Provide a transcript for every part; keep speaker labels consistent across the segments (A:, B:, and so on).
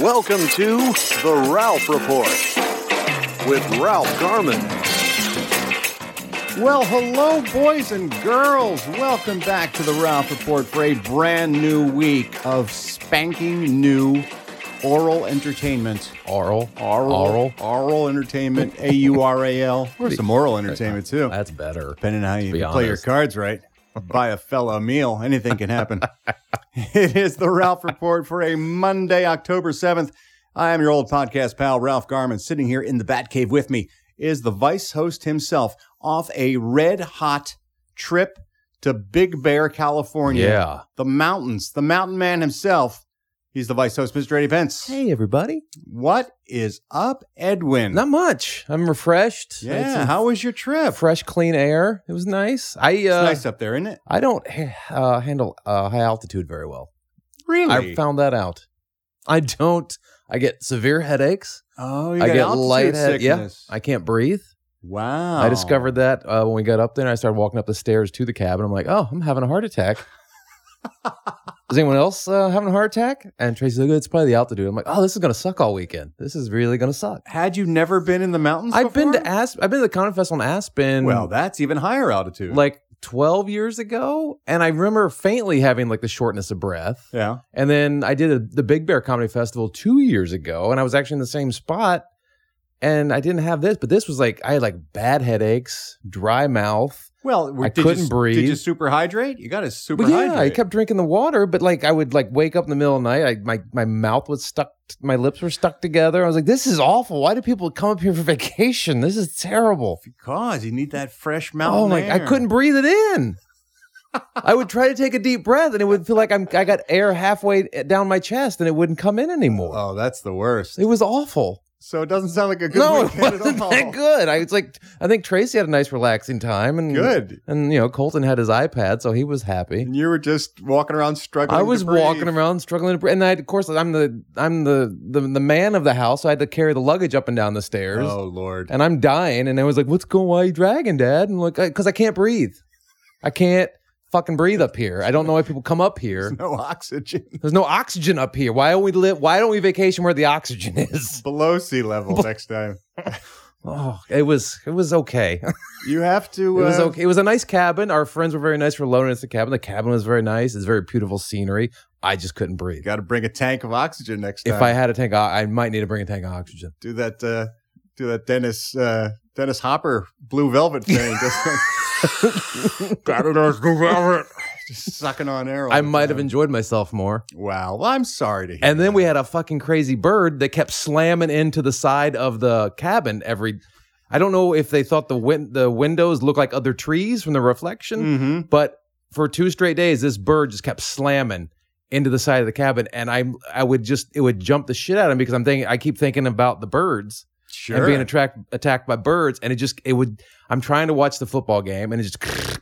A: Welcome to The Ralph Report with Ralph Garman.
B: Well, hello, boys and girls. Welcome back to the Ralph Report for a brand new week of spanking new oral entertainment.
C: Oral.
B: Oral. Oral entertainment. A U R A L. Or some oral entertainment, too.
C: That's better.
B: Depending on how you
C: be
B: play your
C: honest.
B: cards right. Buy a fellow a meal. Anything can happen. it is the Ralph Report for a Monday, October 7th. I am your old podcast pal, Ralph Garman. Sitting here in the Batcave with me is the vice host himself off a red hot trip to Big Bear, California.
C: Yeah.
B: The mountains, the mountain man himself. He's the vice host, Mr. Eddie Pence.
C: Hey, everybody.
B: What is up, Edwin?
C: Not much. I'm refreshed. I had
B: yeah,
C: some
B: how was your trip?
C: fresh, clean air. It was nice. I
B: it's
C: uh,
B: nice up there, isn't it?
C: I don't ha- uh, handle uh, high altitude very well.
B: Really?
C: I found that out. I don't. I get severe headaches.
B: Oh, you
C: I
B: got
C: get
B: altitude
C: lightheaded. Yeah,
B: sickness.
C: I can't breathe.
B: wow.
C: I discovered that uh, when we got up there and I started walking up the stairs to the cabin. I'm like, oh, I'm having a heart attack. is anyone else uh, having a heart attack? And Tracy's like, it's probably the altitude. I'm like, oh, this is going to suck all weekend. This is really going to suck.
B: Had you never been in the mountains?
C: I've been to
B: before?
C: Aspen. I've been to the Comic Fest on Aspen.
B: Well, that's even higher altitude.
C: like 12 years ago. And I remember faintly having like the shortness of breath.
B: yeah.
C: And then I did a, the Big Bear Comedy Festival two years ago, and I was actually in the same spot. And I didn't have this, but this was like I had like bad headaches, dry mouth.
B: Well, were-
C: I
B: did you,
C: couldn't
B: s- Did
C: breathe.
B: you super hydrate? You got to super
C: But yeah, I
B: hydrate.
C: kept drinking the water, but like I would like wake up in the middle of the night. I, my my mouth was stuck, my lips were stuck together. I was like, "This is awful. Why do people come up here for vacation? This is terrible."
B: because you need that fresh mountain
C: Oh my! I
B: air.
C: couldn't breathe it in. I would try to take a deep breath, and it would feel like I'm I got air halfway down my chest, and it wouldn't come in anymore.
B: Oh, that's the worst.
C: It was awful.
B: So it doesn't sound like a good
C: no, it
B: weekend
C: wasn't
B: at all.
C: that good. I was like, I think Tracy had a nice relaxing time, and
B: Good.
C: and you know, Colton had his iPad, so he was happy.
B: And you were just walking around struggling.
C: I
B: to
C: was
B: breathe.
C: walking around struggling to breathe, and I, of course, I'm the I'm the, the the man of the house. So I had to carry the luggage up and down the stairs,
B: Oh Lord.
C: and I'm dying. And I was like, "What's going? Why are you dragging, Dad?" And like, because I can't breathe. I can't fucking breathe up here. I don't know why people come up here.
B: no oxygen
C: There's no oxygen up here. Why don't we live? Why don't we vacation where the oxygen is?
B: below sea level next time.
C: Oh, it was it was okay.
B: You have to.
C: It was
B: uh,
C: okay. It was a nice cabin. Our friends were very nice for loaning us the cabin. The cabin was very nice. It's very beautiful scenery. I just couldn't breathe.
B: Got to bring a tank of oxygen next time.
C: If I had a tank, of- I might need to bring a tank of oxygen.
B: do that uh do that Dennis uh Dennis Hopper blue velvet thing just like blue velvet just sucking on air all
C: I
B: the
C: might have
B: time.
C: enjoyed myself more.
B: wow well, I'm sorry to hear
C: And then
B: that.
C: we had a fucking crazy bird that kept slamming into the side of the cabin every. I don't know if they thought the win- the windows looked like other trees from the reflection,
B: Mhm.
C: but for two straight days, this bird just kept slamming into the side of the cabin, and I I would just it would jump the shit out of me because I'm thinking I keep thinking about the birds.
B: sure
C: and being attract, attacked by birds. And it just, it would, I'm trying to watch the football game and it just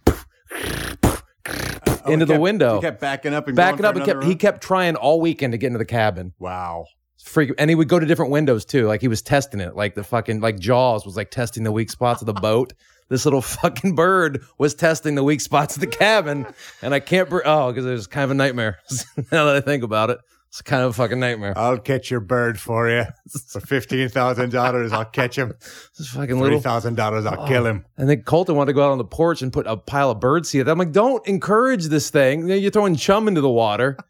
B: Oh,
C: into
B: he
C: the
B: kept-
C: window.
B: he kept backing up and
C: backing
B: going
C: up
B: for
C: and kept,
B: another
C: he
B: run?
C: kept trying all weekend to get into the cabin.
B: wow
C: Freak, and he would go to different windows too. Like he was testing it. Like the fucking, like Jaws was like testing the weak spots of the boat. This little fucking bird was testing the weak spots of the cabin. And I can't, br- oh, because it was kind of a nightmare. now that I think about it, it's kind of a fucking nightmare.
B: I'll catch your bird for you for fifteen thousand dollars I'll catch him
C: This fucking little
B: thousand dollars I'll kill him
C: And then Colton wanted to go out on the porch and put a pile of bird seed. I'm like, don't encourage this thing. You know, You're throwing chum into the water.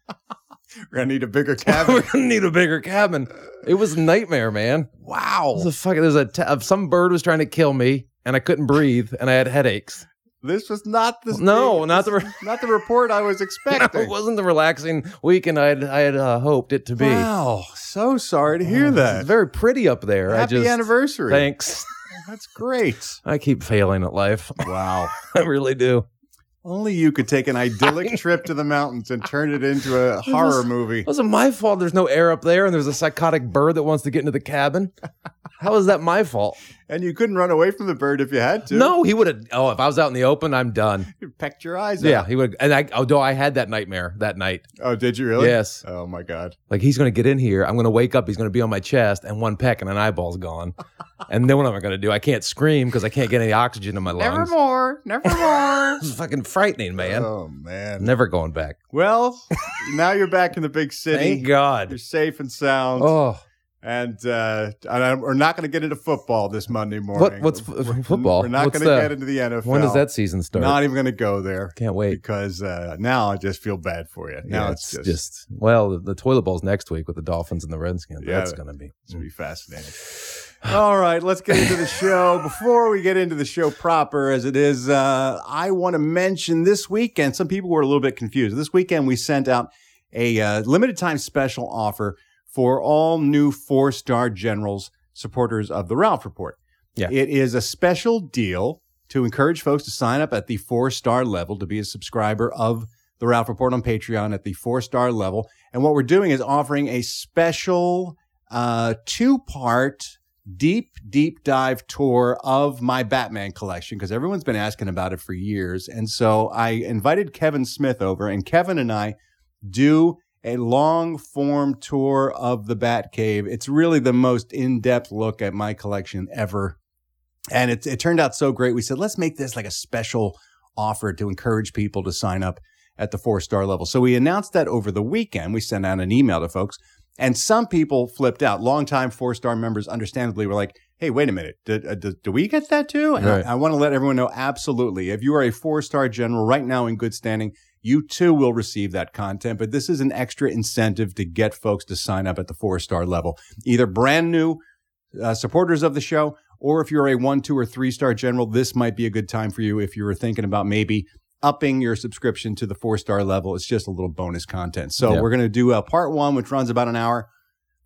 C: Oh.
B: we're gonna need a bigger
C: We're
B: cabin
C: gonna need a bigger cabin. It was a nightmare, man. It was
B: wow
C: a fucking. There's a t- uh, some bird was trying to kill me, and I couldn't breathe, and I had headaches.
B: this was not the
C: No, not the. Re-
B: not the report I was expecting
C: it wasn't the relaxing weekend I had I had uh, hoped it to be.
B: wow so sorry to hear that
C: It's Oh, very pretty up there.
B: Happy
C: I just,
B: anniversary.
C: Thanks.
B: That's great.
C: I keep failing at life.
B: Wow.
C: I really do.
B: Only you could take an idyllic trip to the mountains and turn it into a horror movie.
C: It wasn't my fault. There's no air up there, and there's a psychotic bird that wants to get into the cabin. How is that my fault?
B: And you couldn't run away from the bird if you had to.
C: No, he would have. Oh, if I was out in the open, I'm done.
B: You pecked your eyes
C: Yeah,
B: out.
C: he would. And I, although I had that nightmare that night.
B: Oh, did you really?
C: Yes.
B: Oh, my God.
C: Like he's gonna get in here. I'm gonna wake up. He's gonna be on my chest, and one peck and an eyeball's gone. and then what am I gonna do? I can't scream because I can't get any oxygen in my lungs.
B: Nevermore. Nevermore.
C: This is fucking frightening, man.
B: Oh, man.
C: Never going back.
B: Well, now you're back in the big
C: Thank
B: city. You're
C: God.
B: safe and sound.
C: Oh,
B: And, uh, and I'm- we're not going to get into football this Monday
C: what?
B: morning.
C: What's f- football?
B: We're not
C: What's
B: going to
C: the-
B: get into the NFL.
C: When does that season start?
B: Not even going to go there
C: Can't wait.
B: because uh, now I just feel bad for you. Now
C: Yeah,
B: it's, just,
C: well, the, the toilet bowl's next week with the Dolphins and the Redskins.
B: Yeah.
C: That's gonna be.
B: It's gonna be fascinating. All right, let's get into the show. Before we get into the show proper, as it is, uh, I want to mention this weekend. Some people were a little bit confused. This weekend, we sent out a uh, limited time special offer for all new four star generals supporters of the Ralph Report.
C: Yeah.
B: it is a special deal to encourage folks to sign up at the four star level to be a subscriber of the Ralph Report on Patreon at the four star level. And what we're doing is offering a special uh, two part deep, deep dive tour of my Batman collection because everyone's been asking about it for years. And so I invited Kevin Smith over, and Kevin and I do a long form tour of the Batcave. It's really the most in depth look at my collection ever. And it, it turned out so great. We said, let's make this like a special offer to encourage people to sign up at the four star level. So we announced that over the weekend. We sent out an email to folks. And some people flipped out. Longtime four star members, understandably, were like, hey, wait a minute. Did, uh, do, do we get that too? And I-
C: Right.
B: I, want to let everyone know absolutely. If you are a four star general right now in good standing, you too will receive that content. But this is an extra incentive to get folks to sign up at the four star level, either brand new uh, supporters of the show, or if you're a one, two, or three star general, this might be a good time for you if you were thinking about maybe upping your subscription to the four star level. It's just a little bonus content. So
C: Yeah.
B: we're going to do a part one, which runs about an hour.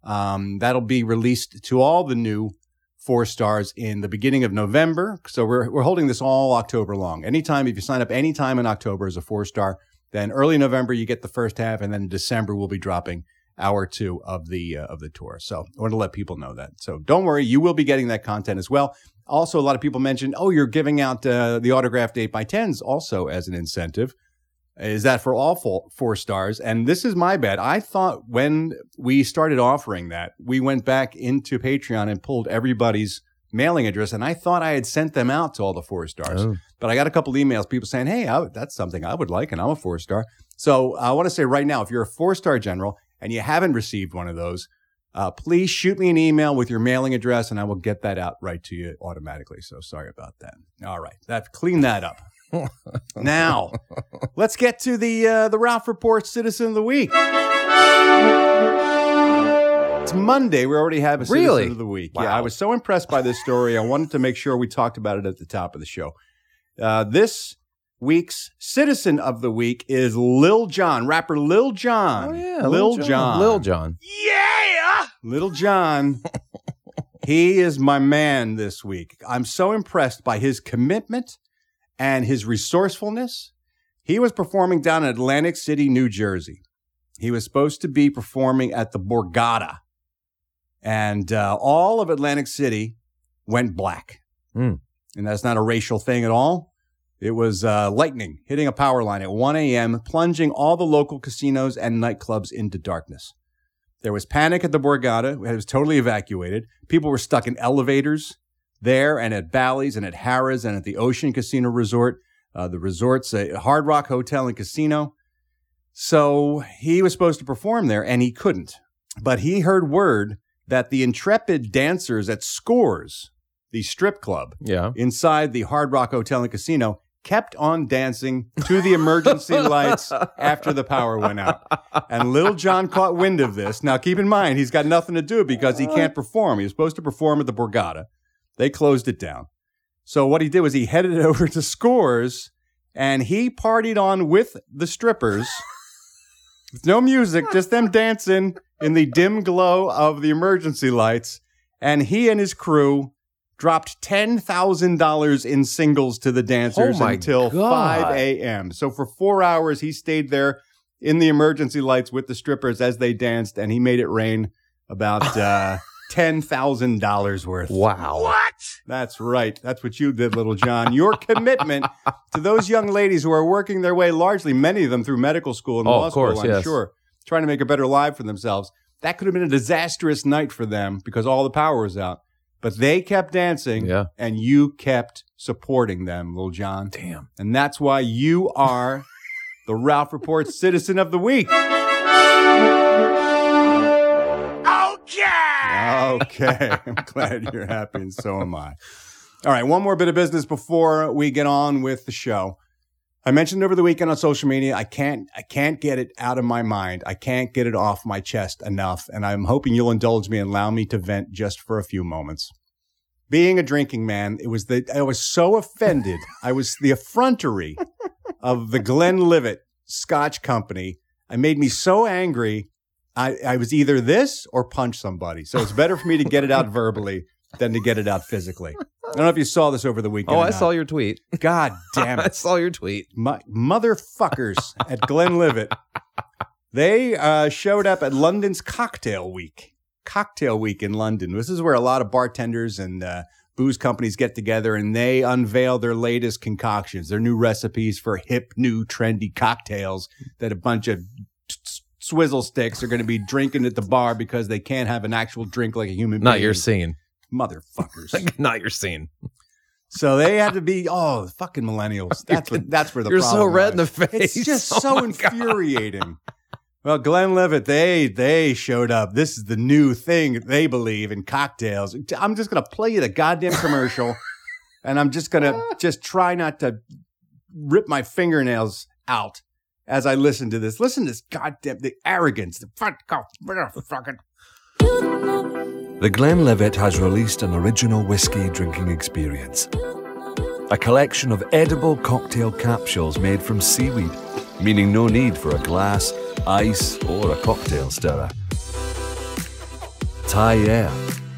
B: Um, that'll be released to all the new four stars in the beginning of November. So we're, we're holding this all October long. Anytime, if you sign up anytime in October as a four star, then early November you get the first half, and then in December we'll be dropping hour two of the uh, of the tour. So I want to let people know that. So don't worry, you will be getting that content as well. Also, a lot of people mentioned, oh, you're giving out uh, the autographed eight by tens also as an incentive. Is that for all four, four stars? And this is my bad. I thought when we started offering that, we went back into Patreon and pulled everybody's mailing address, and I thought I had sent them out to all the four stars.
C: Oh.
B: But I got a couple emails, people saying, "Hey, I, that's something I would like, and I'm a four star." So I want to say right now, if you're a four star general and you haven't received one of those, uh, please shoot me an email with your mailing address, and I will get that out right to you automatically. So sorry about that. All right, that clean that up. now, let's get to the uh, the Ralph Report Citizen of the Week. It's Monday. We already have a Citizen
C: Really?
B: of the Week. Yeah,
C: Wow.
B: I was so impressed by this story. I wanted to make sure we talked about it at the top of the show. Uh, this week's Citizen of the Week is Lil Jon, rapper Lil Jon. Oh, Lil Jon.
C: Oh, Lil John.
B: Little John, he is my man this week. I'm so impressed by his commitment and his resourcefulness. He was performing down in Atlantic City, New Jersey. He was supposed to be performing at the Borgata, and uh, all of Atlantic City went black.
C: Hmm.
B: And that's not a racial thing at all. It was uh, lightning hitting a power line at 1 a.m., plunging all the local casinos and nightclubs into darkness. There was panic at the Borgata. It was totally evacuated. People were stuck in elevators there and at Bally's and at Harrah's and at the Ocean Casino Resort, uh, the resorts, uh, Hard Rock Hotel and Casino. So he was supposed to perform there and he couldn't. But he heard word that the intrepid dancers at Scores, the strip club,
C: Yeah.
B: inside the Hard Rock Hotel and Casino kept on dancing to the emergency lights after the power went out. And Little John caught wind of this. Now, keep in mind, he's got nothing to do because he can't perform. He was supposed to perform at the Borgata, they closed it down. So, what he did was he headed over to Scores and he partied on with the strippers. With no music, just them dancing in the dim glow of the emergency lights. And he and his crew dropped $10,000 in singles to the dancers
C: Oh my
B: until
C: God.
B: 5 a.m. So for four hours, he stayed there in the emergency lights with the strippers as they danced, and he made it rain about uh, $10,000 worth.
C: Wow.
B: That's right. That's what you did, little John. Your commitment to those young ladies who are working their way largely, many of them through medical school and
C: Oh,
B: law
C: of course,
B: school, I'm
C: yes.
B: sure, trying to make a better life for themselves. That could have been a disastrous night for them because all the power was out. But they kept dancing
C: Yeah.
B: and you kept supporting them, little John.
C: Damn.
B: And that's why you are the Ralph Report Citizen of the Week. Okay. Okay. I'm glad you're happy, and so am I. All right. One more bit of business before we get on with the show. I mentioned over the weekend on social media, I can't I can't get it out of my mind. I can't get it off my chest enough. And I'm hoping you'll indulge me and allow me to vent just for a few moments. Being a drinking man, it was the I was so offended. I was the effrontery of the Glenlivet Scotch Company. It made me so angry. I, I was either this or punch somebody. So it's better for me to get it out verbally than to get it out physically. I don't know if you saw this over the weekend.
C: Oh,
B: or
C: I
B: not.
C: saw your tweet.
B: God damn
C: I
B: it
C: saw your tweet.
B: my motherfuckers at Glenlivet. They uh, showed up at London's Cocktail Week. Cocktail Week in London. This is where a lot of bartenders and uh, booze companies get together and they unveil their latest concoctions, their new recipes for hip, new, trendy cocktails that a bunch of s- s- swizzle sticks are going to be drinking at the bar because they can't have an actual drink like a human
C: Not
B: being.
C: your scene.
B: motherfuckers.
C: Not your scene.
B: So they had to be oh the fucking millennials. That's what that's where the
C: You're so
B: problem
C: red in
B: lies.
C: the face.
B: It's just
C: Oh
B: so
C: my God.
B: infuriating. well, Glenn Levitt, they they showed up. This is the new thing they believe in cocktails. I'm just gonna play you the goddamn commercial, and I'm just gonna just try not to rip my fingernails out as I listen to this. Listen to this goddamn the arrogance, the fuck, fucking
D: The Glenlivet has released an original whiskey drinking experience. A collection of edible cocktail capsules made from seaweed, meaning no need for a glass, ice, or a cocktail stirrer. Taier,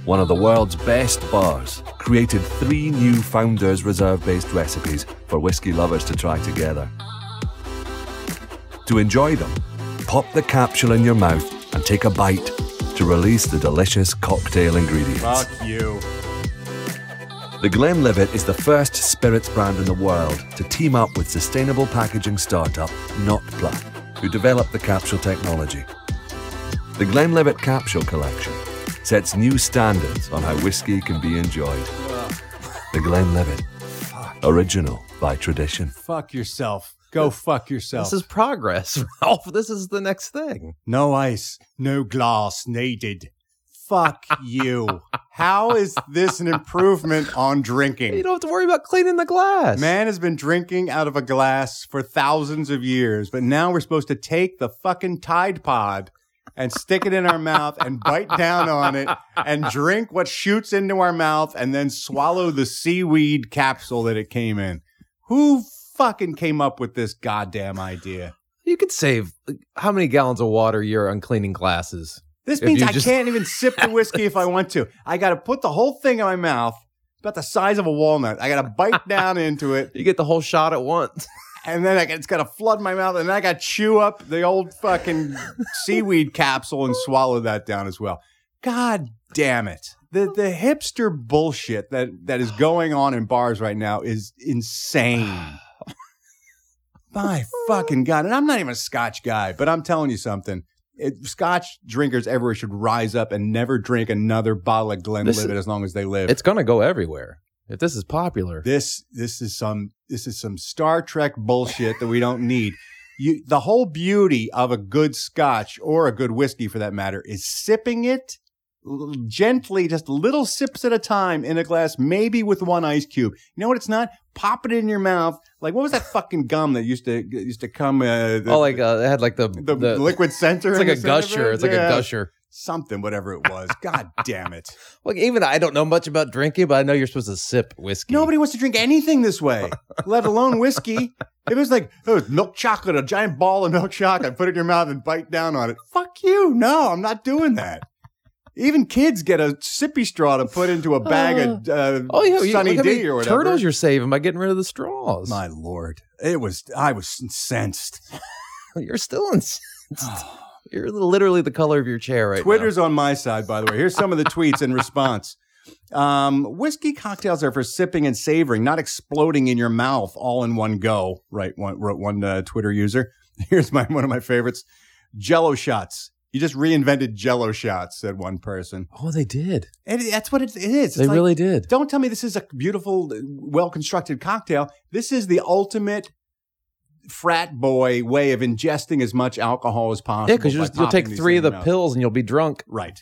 D: one of the world's best bars, created three new Founders Reserve based recipes for whiskey lovers to try together. To enjoy them, pop the capsule in your mouth and take a bite to release the delicious cocktail ingredients.
B: fuck you.
D: The Glenlivet is the first spirits brand in the world to team up with sustainable packaging startup Notpla, who developed the capsule technology. The Glenlivet capsule collection sets new standards on how whiskey can be enjoyed. The Glenlivet, original by tradition.
B: Fuck yourself. Go fuck yourself.
C: This is progress, Ralph. This is the next thing.
B: No ice, no glass needed. Fuck you. How is this an improvement on
C: You
B: drinking?
C: don't have to worry about cleaning the glass.
B: Man has been drinking out of a glass for thousands of years, but now we're supposed to take the fucking Tide Pod and stick it in our mouth and bite down on it and drink what shoots into our mouth and then swallow the seaweed capsule that it came in. Who fucking came up with this goddamn idea?
C: You could save like, how many gallons of water you're on cleaning glasses?
B: This
C: If
B: means
C: you
B: I
C: just-
B: can't even sip the whiskey if I want to. I got to put the whole thing in my mouth, about the size of a walnut. I got to bite down into it,
C: You get the whole shot at once.
B: and then I, got- it's got to flood my mouth, and then I got to chew up the old fucking seaweed capsule and swallow that down as well. God damn it! The the hipster bullshit that that is going on in bars right now is insane. My fucking god! And I'm not even a Scotch guy, but I'm telling you something. It, Scotch drinkers everywhere should rise up and never drink another bottle of
C: This
B: Glenlivet
C: is-
B: as long as they live.
C: It's gonna go everywhere if this is popular.
B: This this is some this is some Star Trek bullshit that we don't need. You the whole beauty of a good scotch or a good whiskey for that matter is sipping it l- gently just little sips at a time in a glass maybe with one ice cube. You know what it's not? Pop it in your mouth. Like what was that fucking gum that used to used to come uh, the,
C: oh, like uh, it had like the
B: the,
C: the,
B: liquid center
C: It's
B: in
C: like
B: the
C: a
B: center of
C: gusher.
B: it?
C: It's like
B: Yeah.
C: a gusher.
B: Something whatever it was. God damn it.
C: Like even I don't know much about drinking, but I know you're supposed to sip whiskey.
B: Nobody wants to drink anything this way, let alone whiskey. If it was like oh, it's milk chocolate, a giant ball of milk chocolate, put it in your mouth and bite down on it. Fuck you. No, I'm not doing that. Even kids get a sippy straw to put into a bag of uh,
C: Oh yeah, you-
B: Sunny
C: look how
B: D
C: many
B: or whatever.
C: turtles you're saving by getting rid of the straws.
B: My lord, it was. I was incensed.
C: You're still in. you're literally the color of your chair right now.
B: Twitter's on my side, by the way. Here's some of the tweets in response. Um, whiskey cocktails are for sipping and savoring, not exploding in your mouth all in one go. Right, one, wrote one uh, Twitter user. Here's my one of my favorites: Jello shots. You just reinvented Jello shots, said one person.
C: Oh, they did.
B: And that's what it, it is. It's
C: They
B: like-
C: really did.
B: Don't tell me this is a beautiful, well constructed cocktail. This is the ultimate frat boy way of ingesting as much alcohol as possible.
C: Yeah, because
B: by
C: you'll
B: popping
C: take
B: these
C: three
B: in
C: of
B: your
C: the
B: mouth.
C: pills and you'll be drunk.
B: Right.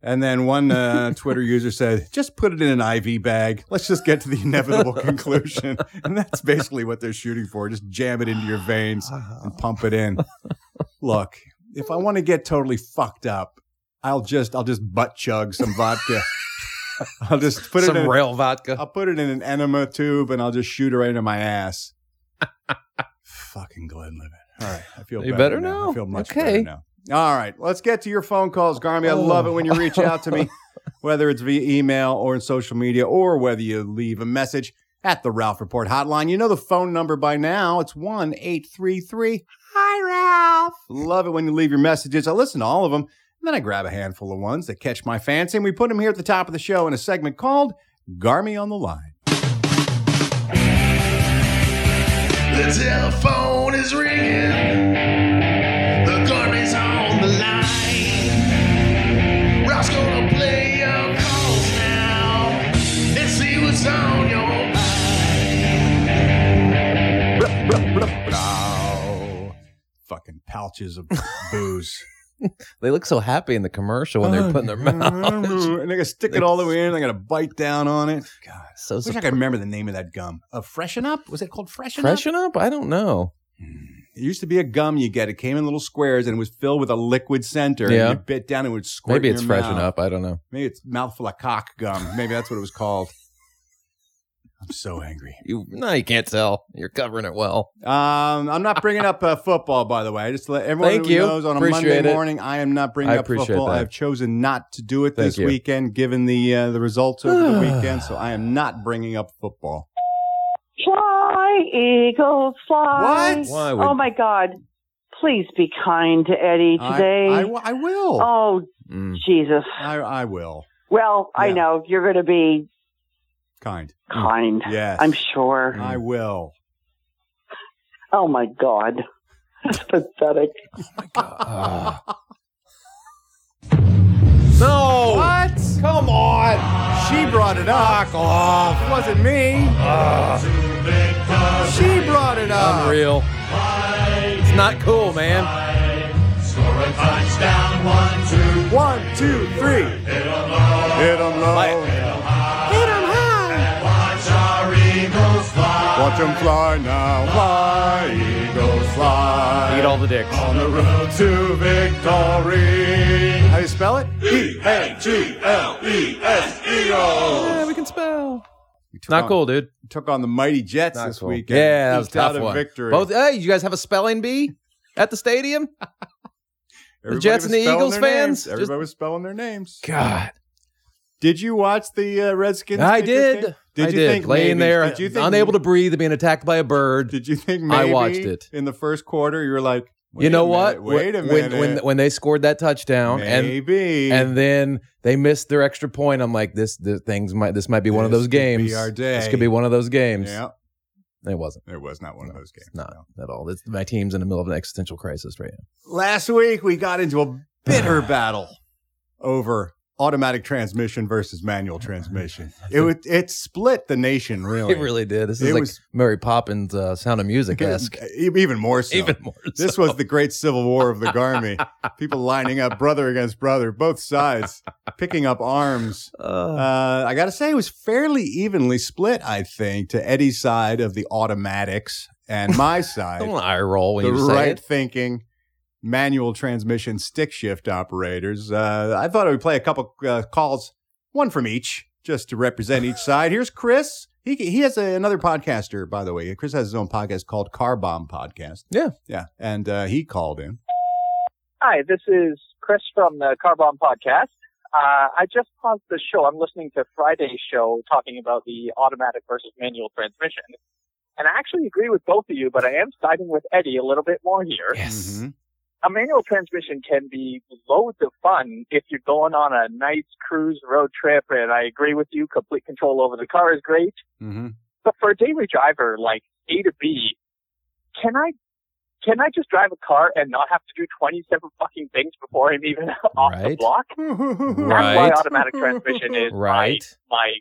B: And then one uh, Twitter user said, just put it in an IV bag. Let's just get to the inevitable conclusion. And that's basically what they're shooting for. Just jam it into your veins and pump it in. Look, if I want to get totally fucked up, I'll just I'll just butt chug some vodka. I'll just put
C: Some
B: it in
C: rail vodka.
B: I'll put it in an enema tube and I'll just shoot it right into my ass. Fucking Glenlivet. All right, I feel
C: You
B: better,
C: better
B: now.
C: know.
B: I feel much better
C: Okay.
B: now. All right, let's get to your phone calls, Garmy. I love it when you reach out to me, whether it's via email or in social media, or whether you leave a message at the Ralph Report hotline. You know the phone number by now. It's one eight three three. Hi, Ralph. Love it when you leave your messages. I listen to all of them, and then I grab a handful of ones that catch my fancy, and we put them here at the top of the show in a segment called Garmy on the Line.
E: The telephone is ringing. The garbage on the line. Ralph's gonna play your calls now and see what's on your mind.
B: Wow. Fucking pouches of booze.
C: They look so happy in the commercial when
B: Oh,
C: they're putting their mouth.
B: and they're gonna stick it all the way in. They're gonna bite down on it. God,
C: So
B: I wish I
C: surprised.
B: could remember the name of that gum. A freshen up? Was it called freshen up?
C: freshen up. I don't know.
B: It used to be a gum you get. It came in little squares and it was filled with a liquid center.
C: Yeah.
B: And you bit down and it would squirt.
C: Maybe
B: in
C: it's
B: your
C: freshen
B: mouth.
C: up. I don't know.
B: Maybe it's mouthful of cock gum. Maybe that's what it was called. I'm so angry.
C: You no, you can't tell. You're covering it well.
B: Um, I'm not bringing up uh, football, by the way. I just to let everyone
C: Thank
B: who
C: you.
B: knows on a
C: Appreciate
B: Monday
C: it.
B: morning, I am not bringing
C: I
B: up
C: appreciate
B: football.
C: that.
B: I've chosen not to do it
C: Thank
B: this
C: you.
B: weekend, given the uh, the results over the weekend. So I am not bringing up football.
F: Fly, eagles, fly.
B: What?
C: Why would
F: Oh my God! Please be kind to Eddie
B: I-
F: today.
B: I, w- I will.
F: oh
C: Mm.
F: Jesus!
B: I, I will.
F: Well, I
B: Yeah.
F: know you're going to be
B: Kind.
F: kind.
B: Yes. Mm.
F: I'm sure.
C: Mm.
B: I will.
F: Oh my God! That's pathetic.
C: Ah. no.
B: What?
C: Come on.
B: She brought it up. It wasn't me. Ah. she brought it up.
C: Unreal. It's not cool, man.
E: Score a touchdown, one, two.
B: One, two, three. Hit 'em low. Hit 'em high.
E: Watch our Eagles fly.
B: Watch 'em fly now, fly, eagles fly.
C: Eat all the dicks.
B: on the road to victory. How do you spell it? E A G L E S E O.
C: Yeah, we can spell. Not cool, dude.
B: Took on the mighty Jets
C: Not
B: this
C: cool.
B: weekend.
C: Yeah, that was a
B: Eked out
C: tough
B: a
C: one.
B: Victory.
C: Both. Hey, you guys have a spelling bee at the stadium?
B: Everybody was
C: Jets and the
B: spelling
C: Eagles
B: their
C: fans?
B: names.
C: Just-
B: Everybody was spelling their names.
C: God,
B: Did you watch the uh, Redskins?
C: I
B: Patriots
C: did.
B: game? Did
C: I
B: you
C: did.
B: think
C: laying
B: maybe-
C: there,
B: Did you think
C: unable to breathe, being attacked by a bird.
B: Did you think
C: I
B: maybe
C: watched it.
B: in the first quarter? You were like,
C: you
B: wait
C: know
B: a
C: what?
B: minute, Wait a
C: When- when-
B: minute.
C: When, when they scored that touchdown and
B: maybe
C: and then they missed their extra point, I'm like, this the things might this might be one of
B: This
C: those
B: could be
C: games.
B: our
C: This
B: day.
C: could be one of those games.
B: yeah,
C: It wasn't.
B: there was not one of those games.
C: Not
B: no.
C: at all. It's, my team's in the middle of an existential crisis right now.
B: Last week we got into a bitter battle over automatic transmission versus manual transmission. It would, it split the nation really.
C: It really did. This
B: Oh, It
C: is like
B: was-
C: Mary Poppins' uh, Sound of Music esque.
B: It- e, even more so.
C: Even more. So.
B: this was the great civil war of the Garmy. People lining up brother against brother, both sides picking up arms.
C: Uh,
B: Uh, I got to say, it was fairly evenly split, I think, to Eddie's side of the automatics and my side.
C: don't eye roll when
B: the
C: you say
B: right
C: it.
B: thinking manual transmission stick shift operators. Uh, I thought I would play a couple uh, calls, one from each, just to represent each side. Here's Chris. He he has a, another podcaster, by the way. Chris has his own podcast called Car Bomb Podcast.
C: Yeah.
B: yeah, and uh, he called in.
G: Hi, this is Chris from the Car Bomb Podcast. Uh, I just paused the show. I'm listening to Friday's show talking about the automatic versus manual transmission. And I actually agree with both of you, but I am siding with Eddie a little bit more here.
C: Yes.
B: Mhm.
G: A manual transmission can be loads of fun if you're going on a nice cruise road trip, and I agree with you, complete control over the car is great.
B: Mhm.
G: But for a daily driver, like A to B, can I can I just drive a car and not have to do twenty seven fucking things before I'm even off the
C: Right.
G: block?
B: Mm-hmm.
G: That's why
C: Right.
G: automatic transmission is
C: Right.
G: my my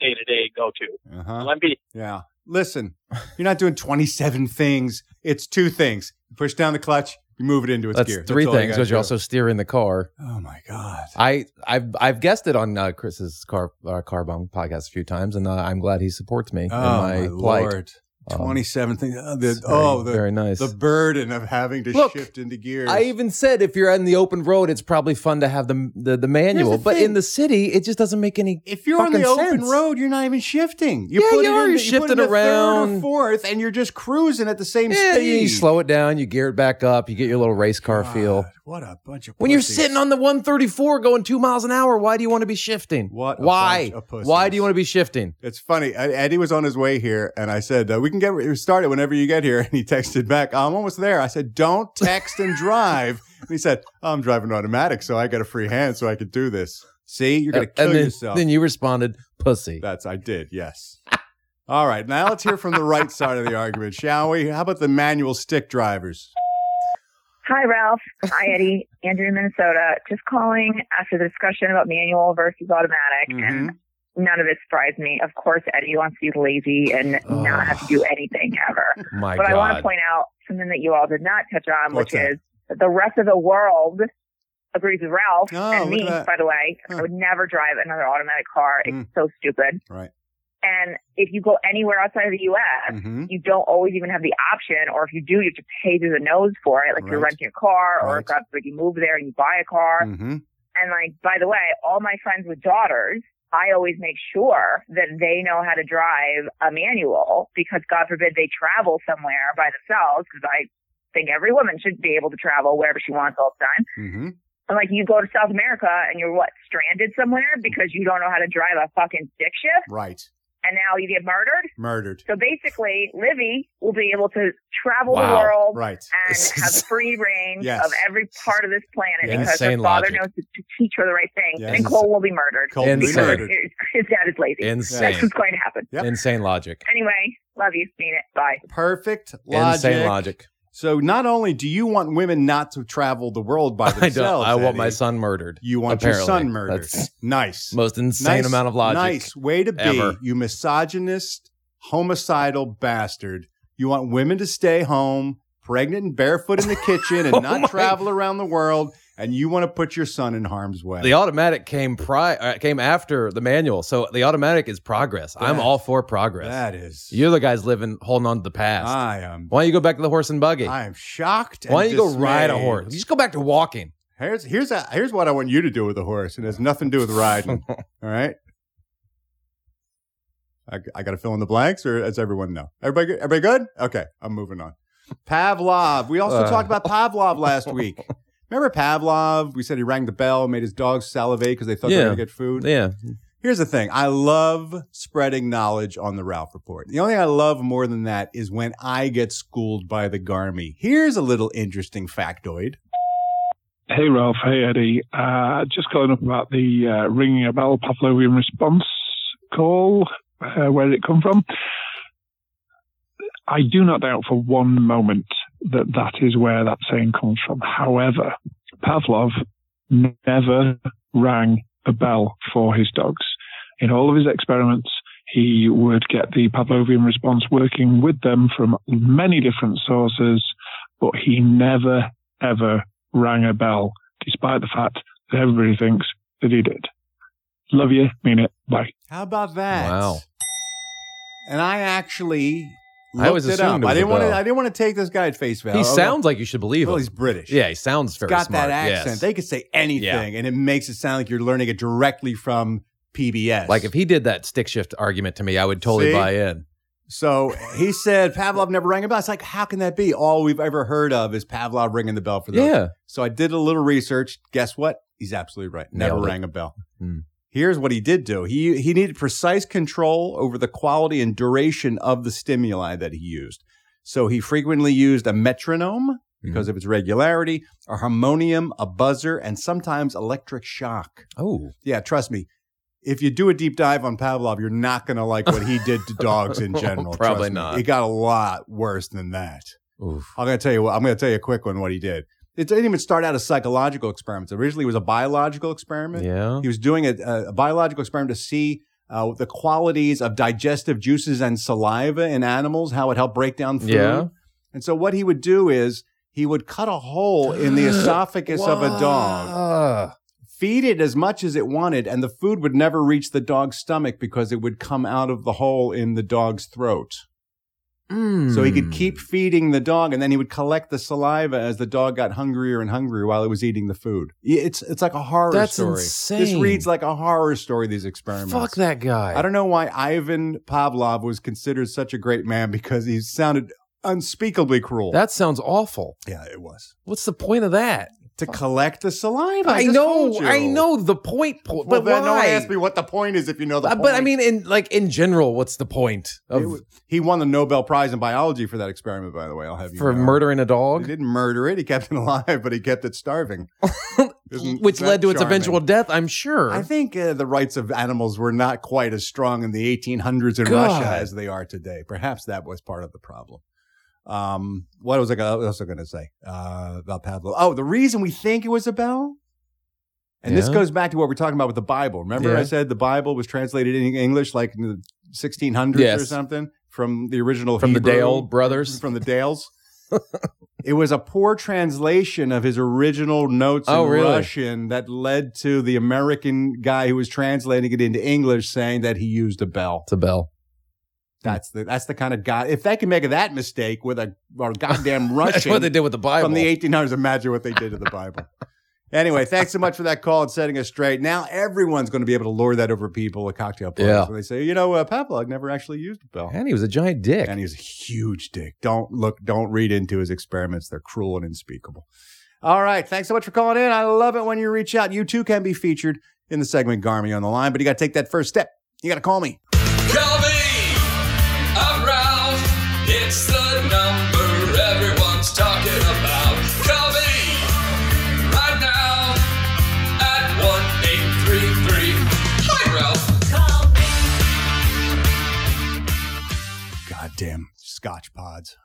G: day to day go to.
B: Uh-huh.
G: Let me
B: Yeah. Listen, you're not doing 27 things. It's two things. You push down the clutch, you move it into its
C: That's
B: gear.
C: three
B: all you
C: things
B: gotta
C: because you're
B: do.
C: also steering the car.
B: Oh my god.
C: I I've I've guest it on uh, Chris's car uh, car bomb podcast a few times, and uh, I'm glad he supports me in
B: Oh
C: my,
B: my,
C: plight.
B: lord.
C: Um,
B: 27 things. Uh, the-
C: it's very-
B: oh, the,
C: very nice.
B: the burden of having to
C: Look,
B: shift into gears.
C: I even said if you're on the open road, it's probably fun to have the the, the manual,
B: the
C: but
B: thing.
C: in the city, it just doesn't make any.
B: if you're on the
C: fucking
B: open
C: sense.
B: road, you're not even shifting. You
C: Yeah,
B: put
C: you
B: it
C: are.
B: in,
C: You're
B: you put it
C: shifting
B: in the third or
C: around.
B: fourth, and you're just cruising at the same
C: Yeah,
B: speed.
C: you slow it down, you gear it back up, you get your little race car
B: God,
C: feel.
B: What a bunch of
C: When you're
B: pussies.
C: sitting on the 134 going two miles an hour, why do you want to be shifting?
B: What a
C: Why?
B: bunch of pussies.
C: Why do you want to be shifting?
B: It's funny. Ed- Eddie was on his way here, and I said, uh, "We can get started whenever you get here." And he texted back, "I'm almost there." I said, "Don't text and drive." and he said, "Oh, "I'm driving automatic, so I got a free hand, so I could do this." See, you're gonna
C: Uh,
B: kill
C: and then,
B: yourself.
C: Then you responded, "Pussy."
B: That's I did. Yes. All right, now let's hear from the right side of the argument, shall we? How about the manual stick drivers?
H: Hi, Ralph. Hi, Eddie. Andrew, Minnesota. Just calling after the discussion about manual versus automatic, and
B: Mm-hmm.
H: none of it surprised me. Of course, Eddie wants to be lazy and
C: Ugh.
H: not have to do anything ever.
C: My
H: but
C: God.
H: I want to point out something that you all did not touch on,
B: What's
H: which
B: that?
H: is that the rest of the world agrees with Ralph
B: Oh,
H: and
B: look
H: me,
B: at that.
H: by the way.
B: Huh.
H: I would never drive another automatic car. It's
B: Mm.
H: so stupid.
B: Right.
H: And if you go anywhere outside of the U.S.,
B: Mm-hmm.
H: you don't always even have the option, or if you do, you have to pay through the nose for it. Like you're
B: Right.
H: renting a car, or
B: Right.
H: if God forbid you move there and you buy a car.
B: Mm-hmm.
H: And like, by the way, all my friends with daughters, I always make sure that they know how to drive a manual because God forbid they travel somewhere by themselves. Because I think every woman should be able to travel wherever she wants all the time.
B: Mm-hmm.
H: And like, you go to South America and you're what stranded somewhere because you don't know how to drive a fucking stick shift,
B: Right.
H: and now you get murdered.
B: Murdered.
H: So basically, Livy will be able to travel the
C: Wow.
H: world
B: Right.
H: and
C: This
H: have
C: is-
H: free range
B: Yes.
H: of every part of this planet
B: Yeah.
H: because
C: Insane
H: her father
C: logic.
H: knows to, to teach her the right thing.
B: Yes.
H: And Cole will be murdered
B: Called and
C: And
B: be
C: so-
B: murdered.
H: because his dad is lazy. That's
C: Insane.
H: what's going to happen.
B: Yep.
C: Insane logic.
H: Anyway, love you. Mean it. Bye.
B: Perfect logic.
C: Insane logic.
B: So not only do you want women not to travel the world by
C: I don't.
B: themselves,
C: I want
B: Eddie,
C: my son murdered.
B: You want your
C: apparently.
B: son murdered.
C: That's-
B: nice.
C: Most insane
B: nice,
C: amount of logic.
B: Nice way to be,
C: ever.
B: you misogynist, homicidal bastard. You want women to stay home, pregnant and barefoot in the kitchen, and
C: Oh my-
B: not travel around the world, and you want to put your son in harm's way.
C: The automatic came pri- uh, came after the manual, so the automatic is progress. I'm
B: That-
C: all for progress.
B: that is.
C: You're the guys living holding on to the past.
B: I am.
C: Why don't you go back to the horse and buggy?
B: I am shocked.
C: Why
B: and
C: don't you go ride a
B: dismayed.
C: horse? Just go back to walking.
B: Here's here's a, here's what I want you to do with a horse, and it has nothing to do with riding. all right. I, I got to fill in the blanks, or does everyone know? Everybody, good? everybody good? Okay, I'm moving on. Pavlov. We also
C: Uh.
B: talked about Pavlov last week. Remember Pavlov? We said he rang the bell, made his dogs salivate because they thought they
C: Yeah.
B: were going to get food.
C: Yeah.
B: Here's the thing I love spreading knowledge on the Ralph Report. The only thing I love more than that is when I get schooled by the Garmy. Here's a little interesting factoid.
I: Hey, Ralph. Hey, Eddie. Uh, just calling up about the uh, ringing a bell Pavlovian response call. Uh, where did it come from? I do not doubt for one moment that that is where that saying comes from. However, Pavlov never rang a bell for his dogs. In all of his experiments, he would get the Pavlovian response working with them from many different sources, but he never, ever rang a bell, despite the fact that everybody thinks that he did. Love you, mean it, bye.
B: How about that?
C: Wow.
B: And I actually looked
C: I always
B: it up.
C: assumed it
B: I
C: was
B: didn't
C: a
B: want to.
C: bell.
B: I didn't want to take this guy at face value.
C: He
B: Although-
C: sounds like you should believe
B: well,
C: him.
B: he's British.
C: yeah, he sounds very
B: got
C: smart.
B: that accent.
C: yes.
B: They could say anything, and it makes it sound like you're learning it directly from PBS.
C: Like if he did that stick shift argument to me, I would totally
B: See?
C: buy in.
B: So he said Pavlov never rang a bell. It's like, how can that be? All we've ever heard of is Pavlov ringing the bell for the
C: Yeah.
B: So I did a little research. Guess what? He's absolutely right. Never
C: Nailed it.
B: rang a bell.
C: Hmm.
B: Here's what he did do. He he needed precise control over the quality and duration of the stimuli that he used. So he frequently used a metronome because
C: Mm-hmm.
B: of its regularity, a harmonium, a buzzer, and sometimes electric shock.
C: Oh.
B: Yeah, trust me. If you do a deep dive on Pavlov, you're not going to like what he did to dogs in general. trust
C: Probably
B: me.
C: not.
B: It got a lot worse than that.
C: Oof.
B: I'm going to tell you. what- I'm going to tell you a quick one. What he did. It didn't even start out as psychological experiments. Originally, it was a biological experiment.
C: Yeah.
B: He was doing a, a biological experiment to see uh, the qualities of digestive juices and saliva in animals, how it helped break down food.
C: Yeah.
B: And so, what he would do is he would cut a hole in the esophagus of a dog
C: Ah.
B: feed it as much as it wanted, and the food would never reach the dog's stomach because it would come out of the hole in the dog's throat. So he could
C: Mm.
B: keep feeding the dog, and then he would collect the saliva as the dog got hungrier and hungrier while it was eating the food. Yeah, It's it's like a horror
C: That's
B: story. This
C: insane.
B: reads like a horror story. These experiments.
C: Fuck that guy.
B: I don't know why Ivan Pavlov was considered such a great man because he sounded unspeakably cruel.
C: That sounds awful.
B: yeah, it was
C: What's the point of that?
B: to collect the saliva.
C: I
B: just told
C: know,
B: you.
C: I know the point. po-
B: Well,
C: but
B: then no one
C: why?
B: asked me what the point is if you know the
C: Uh,
B: point.
C: but I mean, in like in general, what's the point
B: It
C: of
B: was- he won the Nobel Prize in biology for that experiment, by the way. I'll have you
C: for
B: know.
C: murdering a
B: He
C: dog,
B: didn't murder it. He kept it alive, but he kept it starving, Isn't
C: which
B: that
C: led to its
B: charming?
C: eventual death? I'm sure.
B: I think uh, the rights of animals were not quite as strong in the 1800s in
C: God.
B: Russia as they are today. Perhaps that was part of the problem. Um, what was I gonna- what was I going to say uh, about Pavlov? Oh, the reason we think it was a bell, and this
C: Yeah.
B: goes back to what we're talking about with the Bible. Remember,
C: Yeah.
B: I said the Bible was translated in English like in the 1600s or
C: Yes.
B: something from the original
C: from the
B: Hebrew.
C: Dale brothers.
B: from the Dales. it was a poor translation of his original notes
C: Oh,
B: in
C: really?
B: Russian that led to the American guy who was translating it into English saying that he used a bell.
C: It's a bell.
B: That's the that's the kind of guy. If they can make that mistake with a or goddamn
C: That's what they
B: Russian
C: did with the Bible.
B: from the 1800s, imagine what they did to the Bible. Anyway, thanks so much for that call and setting us straight. Now everyone's going to be able to lure that over people at cocktail parties
C: Yeah.
B: when they say, you know, uh, Pavlov never actually used a bell.
C: and he was a giant dick.
B: And he's a huge dick. Don't look, don't read into his experiments. They're cruel and unspeakable. All right. Thanks so much for calling in. I love it when you reach out. You too can be featured in the segment Garmy on the Line, but you got to take that first step. You got to call me.
J: Call me around. It's the number everyone's talking about. Call me right now at 1 833. Hi, Ralph.
B: Goddamn scotch pods.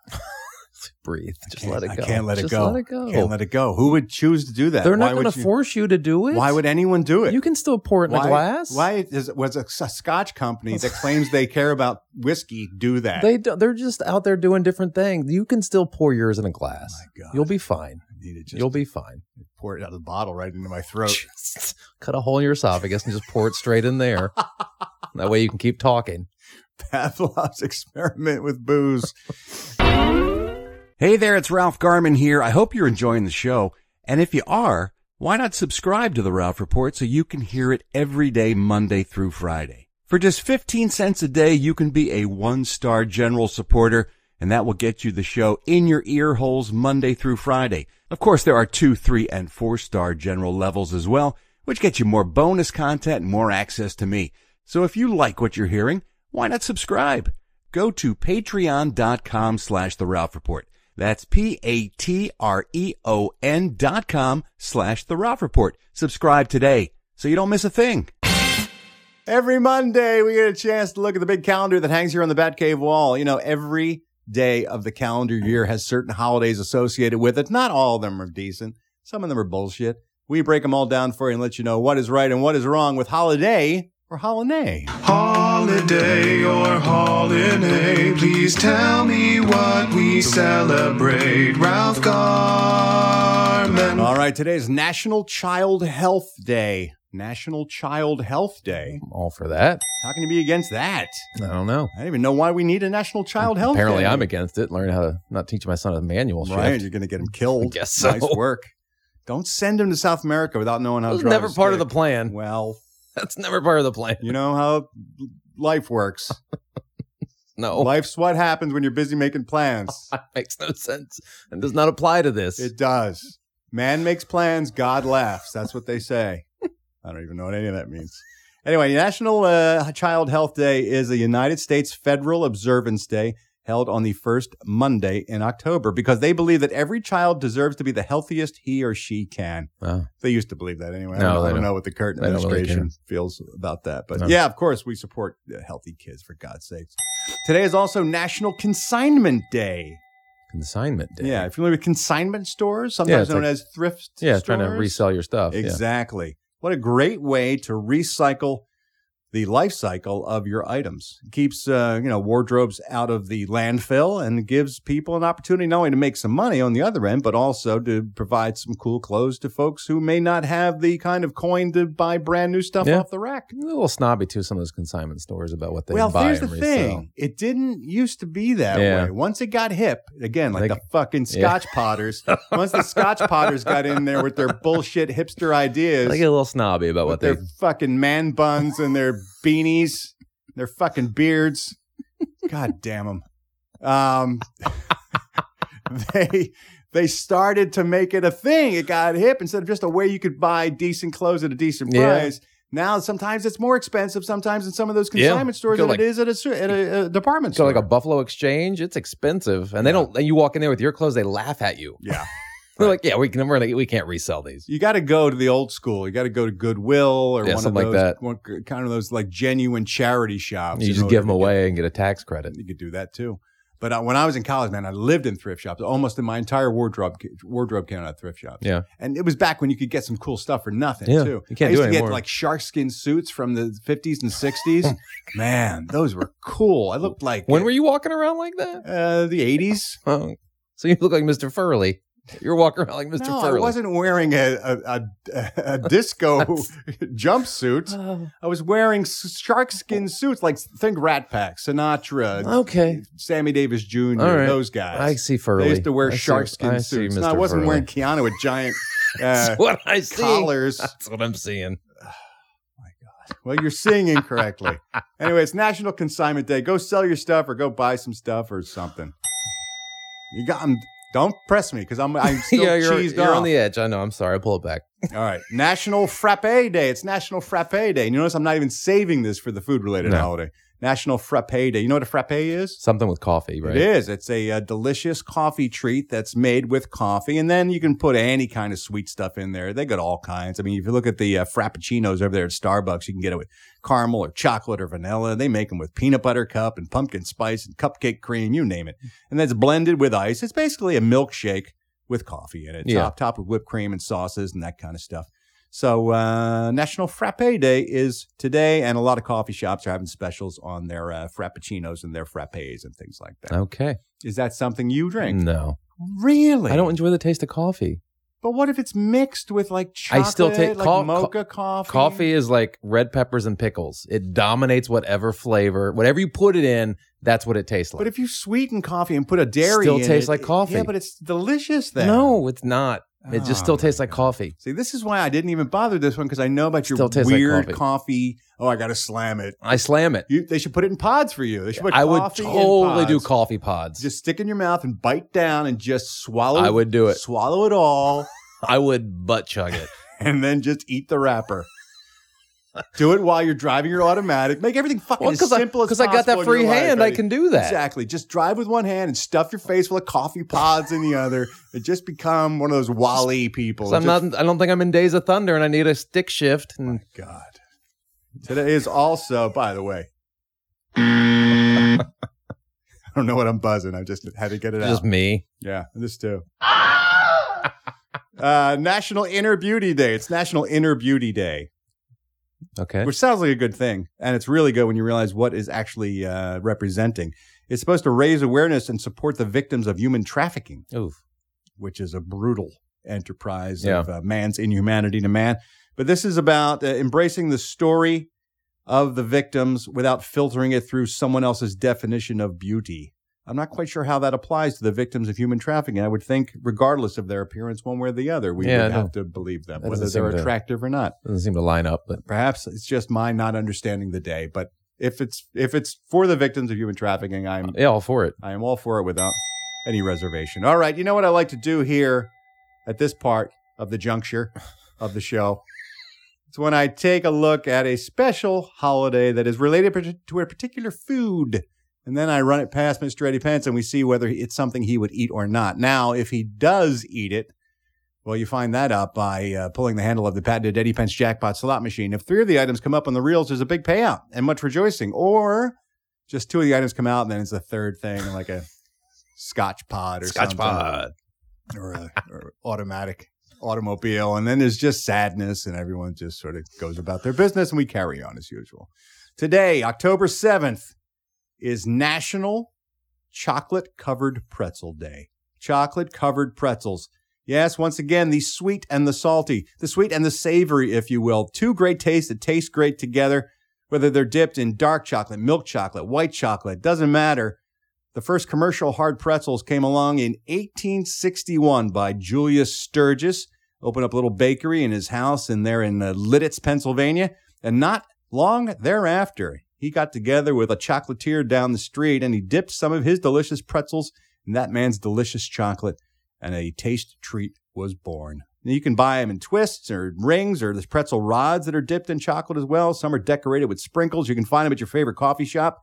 C: Breathe. Just
B: Can't-
C: let it go.
B: I can't let it
C: Just
B: go.
C: Let it go.
B: Can't let it go. Who would choose to do that?
C: They're not
B: Why
C: going to
B: would you-
C: force you to do it.
B: Why would anyone do it?
C: you can still pour it in
B: why,
C: a glass?
B: Why is, was a, s- scotch company that claims they care about whiskey do that?
C: They do, they're just out there doing different things. You can still pour yours in a glass.
B: Oh God.
C: You'll be fine.
B: I need to just
C: You'll be fine.
B: pour it out of the bottle right into my throat.
C: Cut a hole in your esophagus and just pour it straight in there. that way you can keep talking.
B: Pavlov's experiment with booze.
K: Hey there, it's Ralph Garman here. I hope you're enjoying the show. And if you are, why not subscribe to The Ralph Report so you can hear it every day, Monday through Friday? For just 15 cents a day, you can be a one-star general supporter, and that will get you the show in your ear holes Monday through Friday. Of course, there are two, three, and four-star general levels as well, which get you more bonus content and more access to me. So if you like what you're hearing, why not subscribe? go to patreon.com slash the ralph report that's p-a-t-r-e-o-n E dot com slash the ralph report subscribe today so you don't miss a thing
B: Every Monday, we get a chance to look at the big calendar that hangs here on the Batcave wall. You know, every day of the calendar year has certain holidays associated with it. Not all of them are decent. Some of them are bullshit. We break them all down for you and let you know what is right and what is wrong with holiday or holiday.
E: Holiday or holiday, please tell me what we celebrate. Ralph Garman.
B: All right, today is National Child Health Day. National Child Health Day.
C: I'm all for that.
B: How can you be against that?
C: I don't know.
B: I don't even know why we need a National Child Health
C: Apparently,
B: Day.
C: I'm against it. Learn how to not teach my son a manual shift.
B: Right, you're going to get him killed.
C: I guess so.
B: Nice work. Don't send him to South America without knowing how to
C: That was
B: drive.
C: never
B: a
C: part of the
B: stick.
C: plan.
B: Well,
C: That's never part of the plan.
B: you know how life works.
C: No.
B: Life's what happens when you're busy making plans.
C: That makes no sense and does not apply to this.
B: It does. Man makes plans, God laughs. That's what they say. I don't even know what any of that means. Anyway, National uh, Child Health Day is a United States federal observance day held on the first Monday in October because they believe that every child deserves to be the healthiest he or she can.
C: Wow.
B: They used to believe that anyway. I
C: Oh, No,
B: don't, I
C: they
B: don't
C: don't.
B: know what the current
C: They don't really
B: administration feels about that. But
C: No.
B: yeah, of course, we support uh, healthy kids, for God's sakes. Today is also National Consignment Day.
C: Consignment day.
B: Yeah, if you're familiar with consignment stores,
C: Yeah,
B: sometimes
C: it's
B: known
C: like-
B: as thrift
C: Yeah,
B: stores.
C: trying to resell your stuff. yeah.
B: Exactly. What a great way to recycle the life cycle of your items. It keeps uh, you know wardrobes out of the landfill and gives people an opportunity not only to make some money on the other end, but also to provide some cool clothes to folks who may not have the kind of coin to buy brand new stuff
C: Yeah.
B: off the rack.
C: I'm a little snobby too. Some of those consignment stores about what they
B: well,
C: buy
B: here's the
C: and resell.
B: thing: it didn't used to be that
C: Yeah.
B: way. Once it got hip, again, like
C: They-
B: the fucking
C: yeah.
B: Scotch Potters. Once the Scotch Potters got in there with their bullshit hipster ideas,
C: They get a little snobby about
B: with
C: what
B: their
C: they.
B: fucking man buns and their beanies, their fucking beards. God damn them. Um, they they started to make it a thing. It got hip instead of just a way you could buy decent clothes at a decent
C: Yeah.
B: price. Now sometimes it's more expensive. Sometimes in some of those
C: Yeah.
B: consignment stores
C: Go
B: than
C: like-
B: it is at a su- at a, a department
C: So
B: store.
C: like a Buffalo Exchange, it's expensive, and they don't. And you walk in there with your clothes, they laugh at you.
B: yeah.
C: They're like, "Yeah, we can. We're like, we can't resell these."
B: You got to go to the old school. You got to go to Goodwill or
C: Yeah,
B: one of
C: something like
B: those,
C: that.
B: One, kind of those like genuine charity shops. in
C: You just
B: order
C: give them
B: to get
C: away and get a tax credit.
B: You could do that too. But uh, when I was in college, man, I lived in thrift shops. Almost in my entire wardrobe wardrobe came out of thrift shops.
C: Yeah.
B: and it was back when you could get some cool stuff for nothing
C: Yeah,
B: too.
C: you can't
B: I used
C: do it
B: to get
C: anymore.
B: like sharkskin suits from the fifties and sixties. man, those were cool. I looked like
C: When were you walking around like that?
B: uh, the eighties?
C: Oh, so you look like Mr. Furley. You're walking around like Mr.
B: No,
C: Furley.
B: I wasn't wearing a a, a, a disco jumpsuit.
C: Oh.
B: I was wearing s- sharkskin suits, like think Rat Pack, Sinatra,
C: Okay,
B: Sammy Davis Jr.,
C: All right.
B: those guys.
C: I see Furley.
B: They used to wear
C: I see- I
B: sharkskin
C: see
B: suits.
C: Mr.
B: No, I wasn't
C: Furley.
B: wearing Keanu with giant uh,
C: That's what I see.
B: collars.
C: That's what I'm seeing.
B: Well, you're seeing incorrectly. anyway, it's National Consignment Day. Go sell your stuff or go buy some stuff or something. You got. i don't press me because I'm I'm still
C: yeah, you're,
B: cheesed
C: you're
B: off.
C: on the edge. I know. I'm sorry. I pull it back.
B: All right, National Frappe Day. It's National Frappe Day. And you notice I'm not even saving this for the food related
C: No.
B: holiday. National Frappe Day. You know what a frappe is?
C: Something with coffee, right?
B: It is. It's a, uh delicious coffee treat that's made with coffee, and then you can put any kind of sweet stuff in there. They got all kinds. I mean, if you look at the uh, frappuccinos over there at Starbucks, you can get it with caramel or chocolate or vanilla. They make them with peanut butter cup and pumpkin spice and cupcake cream, you name
C: Mm.
B: it. And that's blended with ice. It's basically a milkshake with coffee in it,
C: Yeah.
B: top top with whipped cream and sauces and that kind of stuff. So uh, National Frappe Day is today, and a lot of coffee shops are having specials on their uh, frappuccinos and their frappes and things like that.
C: Okay.
B: Is that something you drink?
C: No,
B: Really?
C: I don't enjoy the taste of coffee.
B: But what if it's mixed with like
C: I
B: chocolate,
C: still take
B: like
C: co-
B: mocha coffee?
C: Coffee is like red peppers and pickles. It dominates whatever flavor, whatever you put it in. That's what it tastes like.
B: But if you sweeten coffee and put a dairy,
C: Still
B: in
C: tastes
B: it-
C: like coffee.
B: Yeah, but it's delicious then.
C: no, it's not. It
B: Oh,
C: just still tastes like coffee.
B: See, this is why I didn't even bother this one because I know about your
C: Still tastes like
B: weird
C: coffee.
B: coffee. Oh, I got to slam it.
C: I slam it.
B: You, they should put it in pods for you. They should put
C: I would
B: coffee in
C: totally do
B: pods.
C: coffee pods.
B: Just stick in your mouth and bite down and just swallow.
C: I would do it.
B: Swallow it all
C: I would butt chug it.
B: and then just eat the wrapper. do it while you're driving your automatic. Make everything fucking as
C: because I,
B: simple as
C: 'cause I got
B: possible
C: that
B: in your
C: free
B: life,
C: hand, I
B: Eddie.
C: can do that.
B: Exactly. Just drive with one hand and stuff your face full of coffee pods in the other, and just become one of those Wally people.
C: 'Cause I'm
B: Just-
C: not. I don't think I'm in Days of Thunder, and I need a stick shift. And
B: God. Today is also, by the way. I don't know what I'm buzzing. I just had to get it out.
C: just me.
B: Yeah, this too. uh, National Inner Beauty Day. It's National Inner Beauty Day,
C: Okay.
B: which sounds like a good thing, and it's really good when you realize what is actually uh, representing. It's supposed to raise awareness and support the victims of human trafficking,
C: Oof.
B: which is a brutal enterprise
C: Yeah.
B: of uh, man's inhumanity to man. But this is about uh, embracing the story of the victims without filtering it through someone else's definition of beauty. I'm not quite sure how that applies to the victims of human trafficking. I would think, regardless of their appearance, one way or the other, we
C: Yeah,
B: would
C: I know.
B: have to believe them,
C: That
B: whether
C: doesn't
B: they're
C: seem to-
B: attractive or not.
C: Doesn't seem to line up, but
B: Perhaps it's just my not understanding the day, but If it's if it's for the victims of human trafficking, I'm
C: Yeah, all for it.
B: I am all for it without any reservation. All right, you know what I like to do here at this part of the juncture of the show? It's when I take a look at a special holiday that is related par- to a particular food. And then I run it past Mr. Eddie Pence and we see whether it's something he would eat or not. Now, if he does eat it, well, you find that out by uh, pulling the handle of the patented Eddie Pence jackpot slot machine. If three of the items come up on the reels, there's a big payout and much rejoicing. Or just two of the items come out, and then it's the third thing, like a Scotch pod or something, or, a, or automatic automobile, and then there's just sadness, and everyone just sort of goes about their business, and we carry on as usual. Today, October seventh, is National Chocolate Covered Pretzel Day. Chocolate covered pretzels. Yes, once again, the sweet and the salty, the sweet and the savory, if you will. Two great tastes that taste great together, whether they're dipped in dark chocolate, milk chocolate, white chocolate, doesn't matter. The first commercial hard pretzels came along in 1861 by Julius Sturgis. Opened up a little bakery in his house in there in uh, Lidditz, Pennsylvania. And not long thereafter, he got together with a chocolatier down the street and he dipped some of his delicious pretzels in that man's delicious chocolate and a taste treat was born. Now, you can buy them in twists or rings or there's pretzel rods that are dipped in chocolate as well. Some are decorated with sprinkles. You can find them at your favorite coffee shop.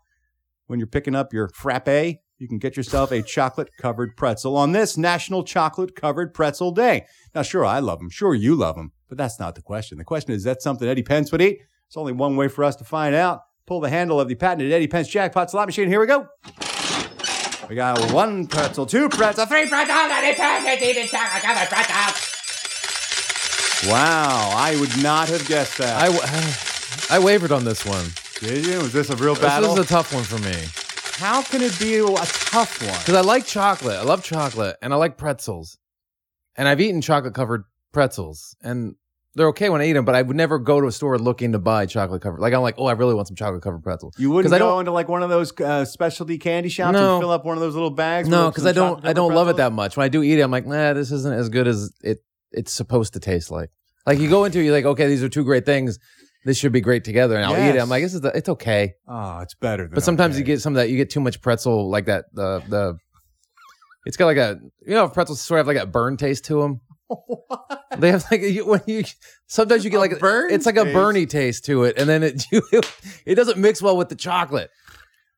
B: When you're picking up your frappe, you can get yourself a chocolate covered pretzel on this National Chocolate Covered Pretzel Day. Now, sure, I love them. Sure, you love them. But that's not the question. The question is, is that something Eddie Pence would eat? It's only one way for us to find out. Pull the handle of the patented Eddie Pence jackpot slot machine. Here we go. We got one pretzel, two pretzel, three pretzel, Eddie Pence is eating chocolate covered pretzel. Wow, I would not have guessed that.
C: I, w- I wavered on this one.
B: Did you? Was this a real battle?
C: This is a tough one for me
B: How can it be a tough one?
C: because I like chocolate. I love chocolate and I like pretzels, and I've eaten chocolate covered pretzels, and they're okay when I eat them. But I would never go to a store looking to buy chocolate covered. Like I'm like, oh, I really want some chocolate covered pretzels.
B: You wouldn't
C: 'Cause I
B: go
C: don't-
B: into like one of those uh, specialty candy shops
C: No.
B: and fill up one of those little bags.
C: No,
B: with
C: because I
B: some
C: don't. I
B: chocolate
C: don't love it that
B: pretzels?
C: much. When I do eat it, I'm like, nah, this isn't as good as it. It's supposed to taste like. Like you go into, it, you're like, okay, these are two great things. This should be great together, and I'll eat it.
B: Yes.
C: I'm like, this is the, it's okay.
B: Oh, it's better. Than
C: But sometimes you
B: okay.
C: get some of that. You get too much pretzel, like that. The the. It's got like a you know pretzels sort of like that burn taste to them. They have like you, when you sometimes you get
B: A
C: like
B: burn
C: it's like a
B: taste?
C: burny taste to it, and then it you it doesn't mix well with the chocolate.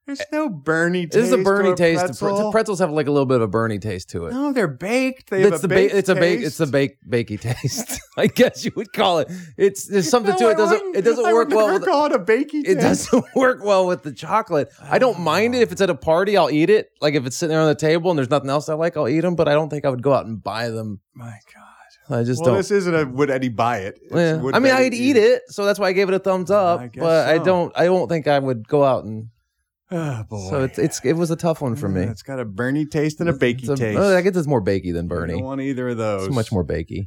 B: There's no Bernie.
C: This is a burny taste. to
B: pretzel.
C: pre- pretzels have like a little bit of a burny taste to it.
B: no, they're baked. They have
C: It's
B: a
C: the ba-
B: baked
C: it's a bake
B: taste.
C: it's the bake bakey taste. I guess you would call it. It's there's something
B: No,
C: to
B: I
C: it. Doesn't
B: wouldn't-
C: it doesn't
B: I
C: work
B: would
C: well
B: never
C: with
B: call it a bakey.
C: it
B: taste.
C: doesn't work well with the chocolate. I don't mind it if it's at a party. I'll eat it. Like if it's sitting there on the table and there's nothing else I like, I'll eat them. But I don't think I would go out and buy them.
B: My God.
C: I just
B: well,
C: don't.
B: this isn't a would Eddie buy it. It's
C: Yeah.
B: would
C: I mean,
B: Betty
C: I'd eat it, so that's why I gave it a thumbs up.
B: I guess
C: but I
B: so.
C: don't. I don't think I would go out and.
B: Oh boy.
C: So it's it's it was a tough one for me.
B: Yeah, It's got a Bernie taste and a bakey
C: It's a-
B: taste.
C: oh, I guess it's more bakey than
B: I
C: Bernie.
B: don't want either of those.
C: It's much more bakey.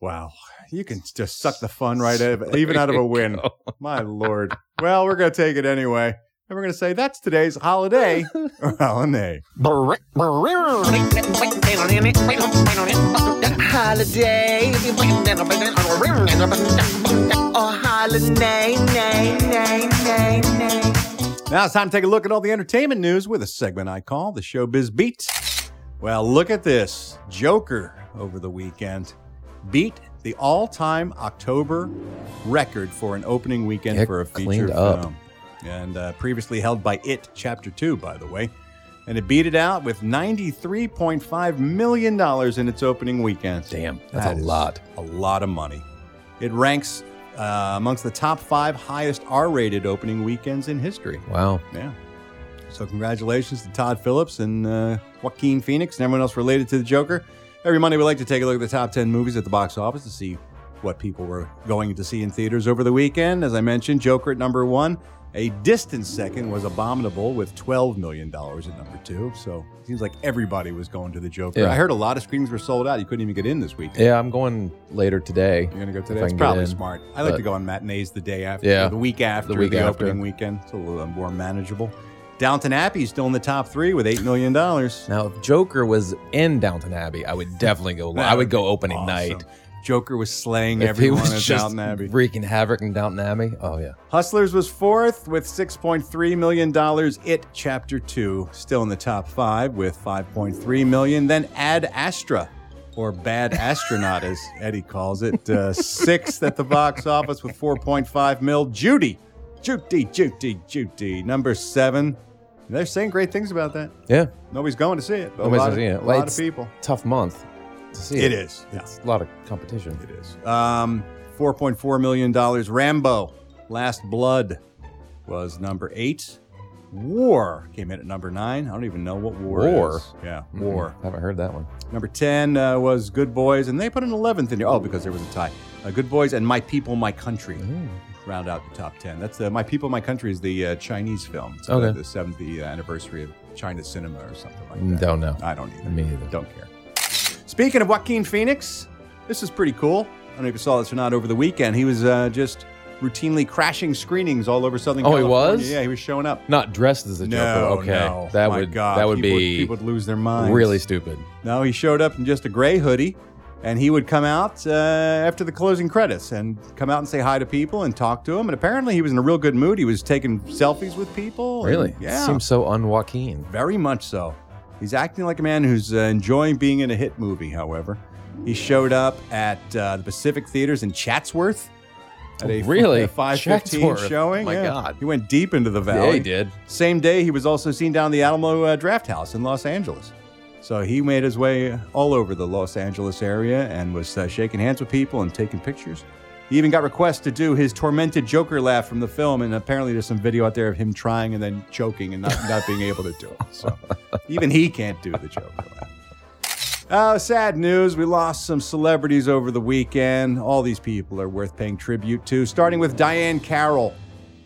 B: Wow. You can just suck the fun right out of even out of a win. My lord. Well, we're gonna take it anyway. And we're gonna say that's today's holiday or holiday.
L: Holiday. Oh, holiday, nay, nay, nay, nay.
B: Now it's time to take a look at all the entertainment news with a segment I call the Showbiz Beat. Well, look at this Joker over the weekend beat the all time October record for an opening weekend
C: It
B: for a feature
C: cleaned up.
B: film. And uh, previously held by It Chapter 2, by the way. And it beat it out with $93.5 million in its opening weekend.
C: Damn, that's
B: That
C: a
B: is
C: lot.
B: A lot of money. It ranks uh, amongst the top five highest R rated opening weekends in history.
C: Wow.
B: Yeah. So congratulations to Todd Phillips and uh, Joaquin Phoenix and everyone else related to the Joker. Every Monday, we like to take a look at the top 10 movies at the box office to see what people were going to see in theaters over the weekend. As I mentioned, Joker at number one. A distant second was Abominable with $12 million at number two. So it seems like everybody was going to the Joker.
C: Yeah.
B: I heard a lot of screenings were sold out. You couldn't even get in this weekend.
C: Yeah, I'm going later today.
B: You're going to go
C: I
B: today? It's
C: can get
B: probably
C: in,
B: smart. I like
C: but-
B: to go on matinees the day after,
C: Yeah,
B: the week after the,
C: week after.
B: opening weekend. It's a little uh, more manageable. Downton Abbey is still in the top three with $8 million. Now,
C: Now, if Joker was in Downton Abbey, I would definitely go. I would go opening night.
B: Joker was slaying
C: If he
B: everyone
C: was
B: in
C: just
B: Downton Abbey.
C: wreaking havoc in Downton Abbey. Oh yeah.
B: Hustlers was fourth with $6.3 million. It Chapter 2 still in the top five with $5.3 million. Then Ad Astra, or Bad Astronaut, as Eddie calls it, uh, sixth at the box office with 4.5 mil. Judy, Judy, Judy, Judy, number seven. They're saying great things about that.
C: Yeah.
B: Nobody's going to see it. but A
C: Nobody's
B: lot, of,
C: seen it.
B: a
C: Like,
B: lot of
C: it's
B: people.
C: Tough month to see
B: It
C: it.
B: is, yeah.
C: It's a lot of competition.
B: It is. Um, four point four million dollars. Rambo: Last Blood was number eight. War came in at number nine. I don't even know what war.
C: War?
B: is. Yeah, war.
C: I Mm-hmm. haven't heard that one.
B: Number ten uh, was Good Boys, and they put an eleventh in there. Oh, because there was a tie. Uh, Good Boys and My People, My Country round out the top ten. That's the My People, My Country is the uh, Chinese film. It's
C: Okay. Mm,
B: the, the 70th anniversary of China cinema or something like that.
C: Don't know.
B: I don't either.
C: Me either.
B: Don't care. Speaking of Joaquin Phoenix, this is pretty cool. I don't know if you saw this or not over the weekend. He was uh, just routinely crashing screenings all over Southern
C: Oh, he
B: California.
C: was?
B: Yeah, he was showing up.
C: Not dressed as a Joker. okay.
B: no.
C: That
B: My
C: would
B: God,
C: that would
B: people
C: be
B: people would lose their minds.
C: really stupid.
B: No, he showed up in just a gray hoodie, and he would come out uh, after the closing credits and come out and say hi to people and talk to them. And apparently, he was in a real good mood. He was taking selfies with people. and-
C: Really?
B: yeah.
C: Seems so un Joaquin.
B: Very much so. He's acting like a man who's uh, enjoying being in a hit movie, however. He showed up at uh, the Pacific Theaters in Chatsworth at a,
C: Really?
B: a 515
C: Chatsworth?
B: showing.
C: My
B: Yeah.
C: God.
B: He went deep into the valley.
C: Yeah, he did.
B: Same day, he was also seen down the Alamo uh, Draft House in Los Angeles. So he made his way all over the Los Angeles area and was uh, shaking hands with people and taking pictures. He even got requests to do his tormented Joker laugh from the film, and apparently there's some video out there of him trying and then choking and not, not being able to do it. So even he can't do the Joker laugh. Oh, sad news. We lost some celebrities over the weekend. All these people are worth paying tribute to, starting with Diane Carroll.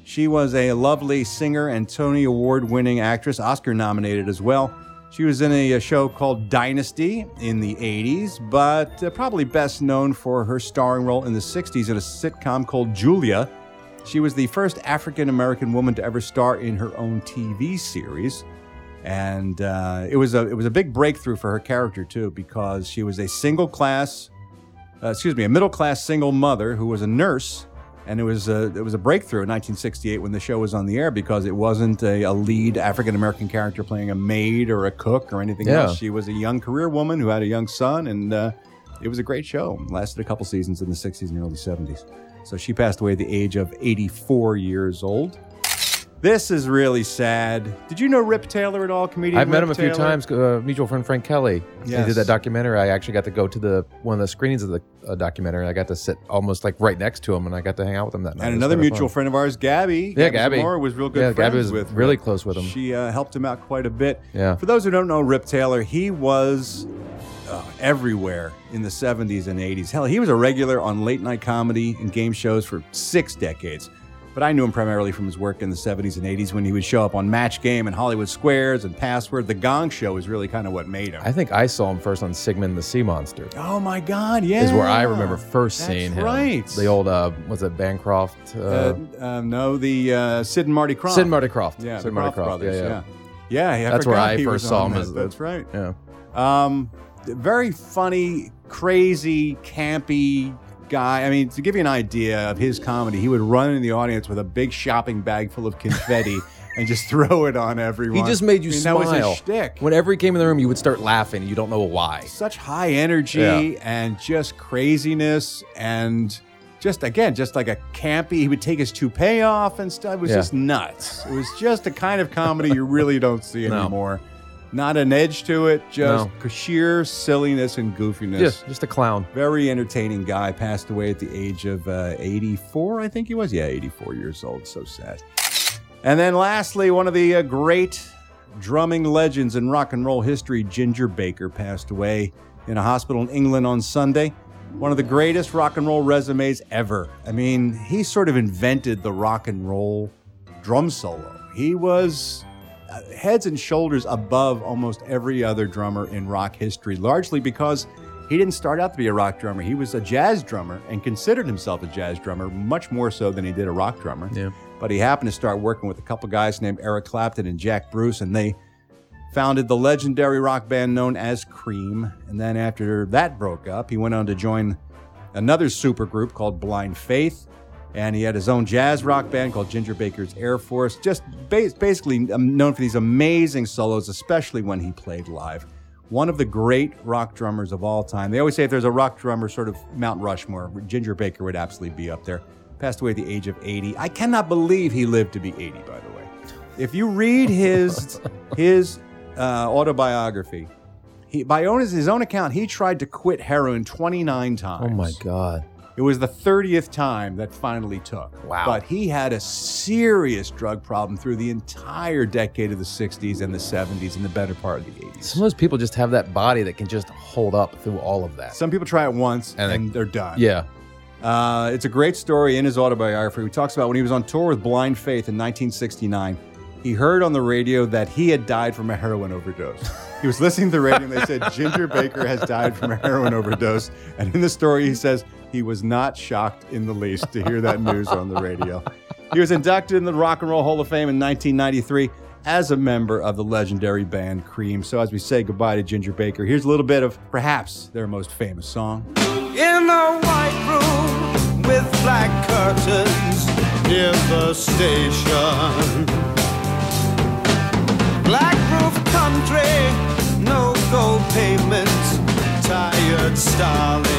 B: She was a lovely singer and Tony Award winning actress, Oscar nominated as well. She was in a, a show called Dynasty in the 80s, but uh, probably best known for her starring role in the 60s in a sitcom called Julia. She was the first African American woman to ever star in her own TV series and uh, it was a it was a big breakthrough for her character too because she was a single class, uh, excuse me, a middle class single mother who was a nurse, and it was a it was a breakthrough in 1968 when the show was on the air because it wasn't a, a lead African American character playing a maid or a cook or anything
C: Yeah.
B: else. She was a young career woman who had a young son, and uh, it was a great show. It lasted a couple seasons in the 60s and early 70s. So she passed away at the age of 84 years old. This is really sad. Did you know Rip Taylor at all, comedian?
C: I've met
B: Rip
C: him a few
B: Taylor?
C: times. Uh, mutual friend Frank Kelly. He
B: Yes.
C: did that documentary. I actually got to go to the one of the screenings of the uh, documentary. I got to sit almost like right next to him, and I got to hang out with him that night.
B: And
C: It was
B: another
C: kinda
B: mutual
C: fun.
B: friend of ours, Gabby.
C: Yeah, Gabby.
B: Zamora was real good
C: Yeah,
B: friends
C: Gabby was
B: with
C: really
B: Rip.
C: close with him.
B: She uh, helped him out quite a bit.
C: Yeah.
B: For those who don't know Rip Taylor, he was uh, everywhere in the 70s and 80s. Hell, he was a regular on late night comedy and game shows for six decades. But I knew him primarily from his work in the 70s and 80s when he would show up on Match Game and Hollywood Squares and Password. The Gong Show is really kind of what made him.
C: I think I saw him first on Sigmund the Sea Monster.
B: oh my God, yeah.
C: Is where I remember first
B: That's
C: seeing him.
B: right.
C: The old uh, was it Bancroft? Uh,
B: Uh, uh, no, the uh, Sid and Marty Croft.
C: Sid Marty Croft.
B: Yeah,
C: Sid
B: the
C: Marty
B: Croft brothers.
C: yeah.
B: Yeah, yeah. yeah I
C: That's where
B: forgot
C: I
B: he
C: first
B: was
C: saw
B: on
C: him
B: that.
C: as the-
B: That's right.
C: yeah.
B: Um, very funny, crazy, campy guy. I mean, to give you an idea of his comedy, he would run in the audience with a big shopping bag full of confetti and just throw it on everyone.
C: He just made you
B: I mean,
C: smile.
B: That was his shtick.
C: Whenever he came in the room, you would start laughing. You don't know why.
B: Such high energy
C: Yeah.
B: and just craziness and. Just again, just like a campy, he would take his toupee off and stuff. It was
C: Yeah.
B: just nuts. It was just a kind of comedy you really don't see
C: No.
B: anymore. Not an edge to it, just
C: No.
B: sheer silliness and goofiness.
C: Just, just a clown.
B: Very entertaining guy. Passed away at the age of uh, 84, I think he was. Yeah, 84 years old. So sad. And then lastly, one of the uh, great drumming legends in rock and roll history, Ginger Baker, passed away in a hospital in England on Sunday. One of the greatest rock and roll resumes ever. I mean, he sort of invented the rock and roll drum solo. He was uh, heads and shoulders above almost every other drummer in rock history, largely because he didn't start out to be a rock drummer. He was a jazz drummer and considered himself a jazz drummer much more so than he did a rock drummer.
C: Yeah.
B: But he happened to start working with a couple guys named Eric Clapton and Jack Bruce, and they founded the legendary rock band known as Cream. And then after that broke up, he went on to join another super group called Blind Faith. And he had his own jazz rock band called Ginger Baker's Air Force, just ba- basically um, known for these amazing solos, especially when he played live. One of the great rock drummers of all time. They always say if there's a rock drummer, sort of Mount Rushmore, Ginger Baker would absolutely be up there. Passed away at the age of 80. I cannot believe he lived to be 80, by the way. If you read his his uh, autobiography, he, by own, his own account, he tried to quit heroin 29 times. Oh my
C: God.
B: It was the 30th time that finally took. Wow. But he had a serious drug problem through the entire decade of the 60s and the 70s and the better part of the 80s.
C: Some of those people just have that body that can just hold up through all of that.
B: Some people try it once and,
C: they-
B: they're done.
C: Yeah.
B: Uh, it's a great story in his autobiography. He talks about when he was on tour with Blind Faith in 1969, he heard on the radio that he had died from a heroin overdose. He was listening to the radio and they said Ginger Baker has died from a heroin overdose. And in the story, he says he was not shocked in the least to hear that news on the radio. He was inducted in the Rock and Roll Hall of Fame in 1993 as a member of the legendary band Cream. So as we say goodbye to Ginger Baker, here's a little bit of perhaps their most famous song.
M: In a white room with black curtains near the station. Black roof country, no gold payments, tired starlings.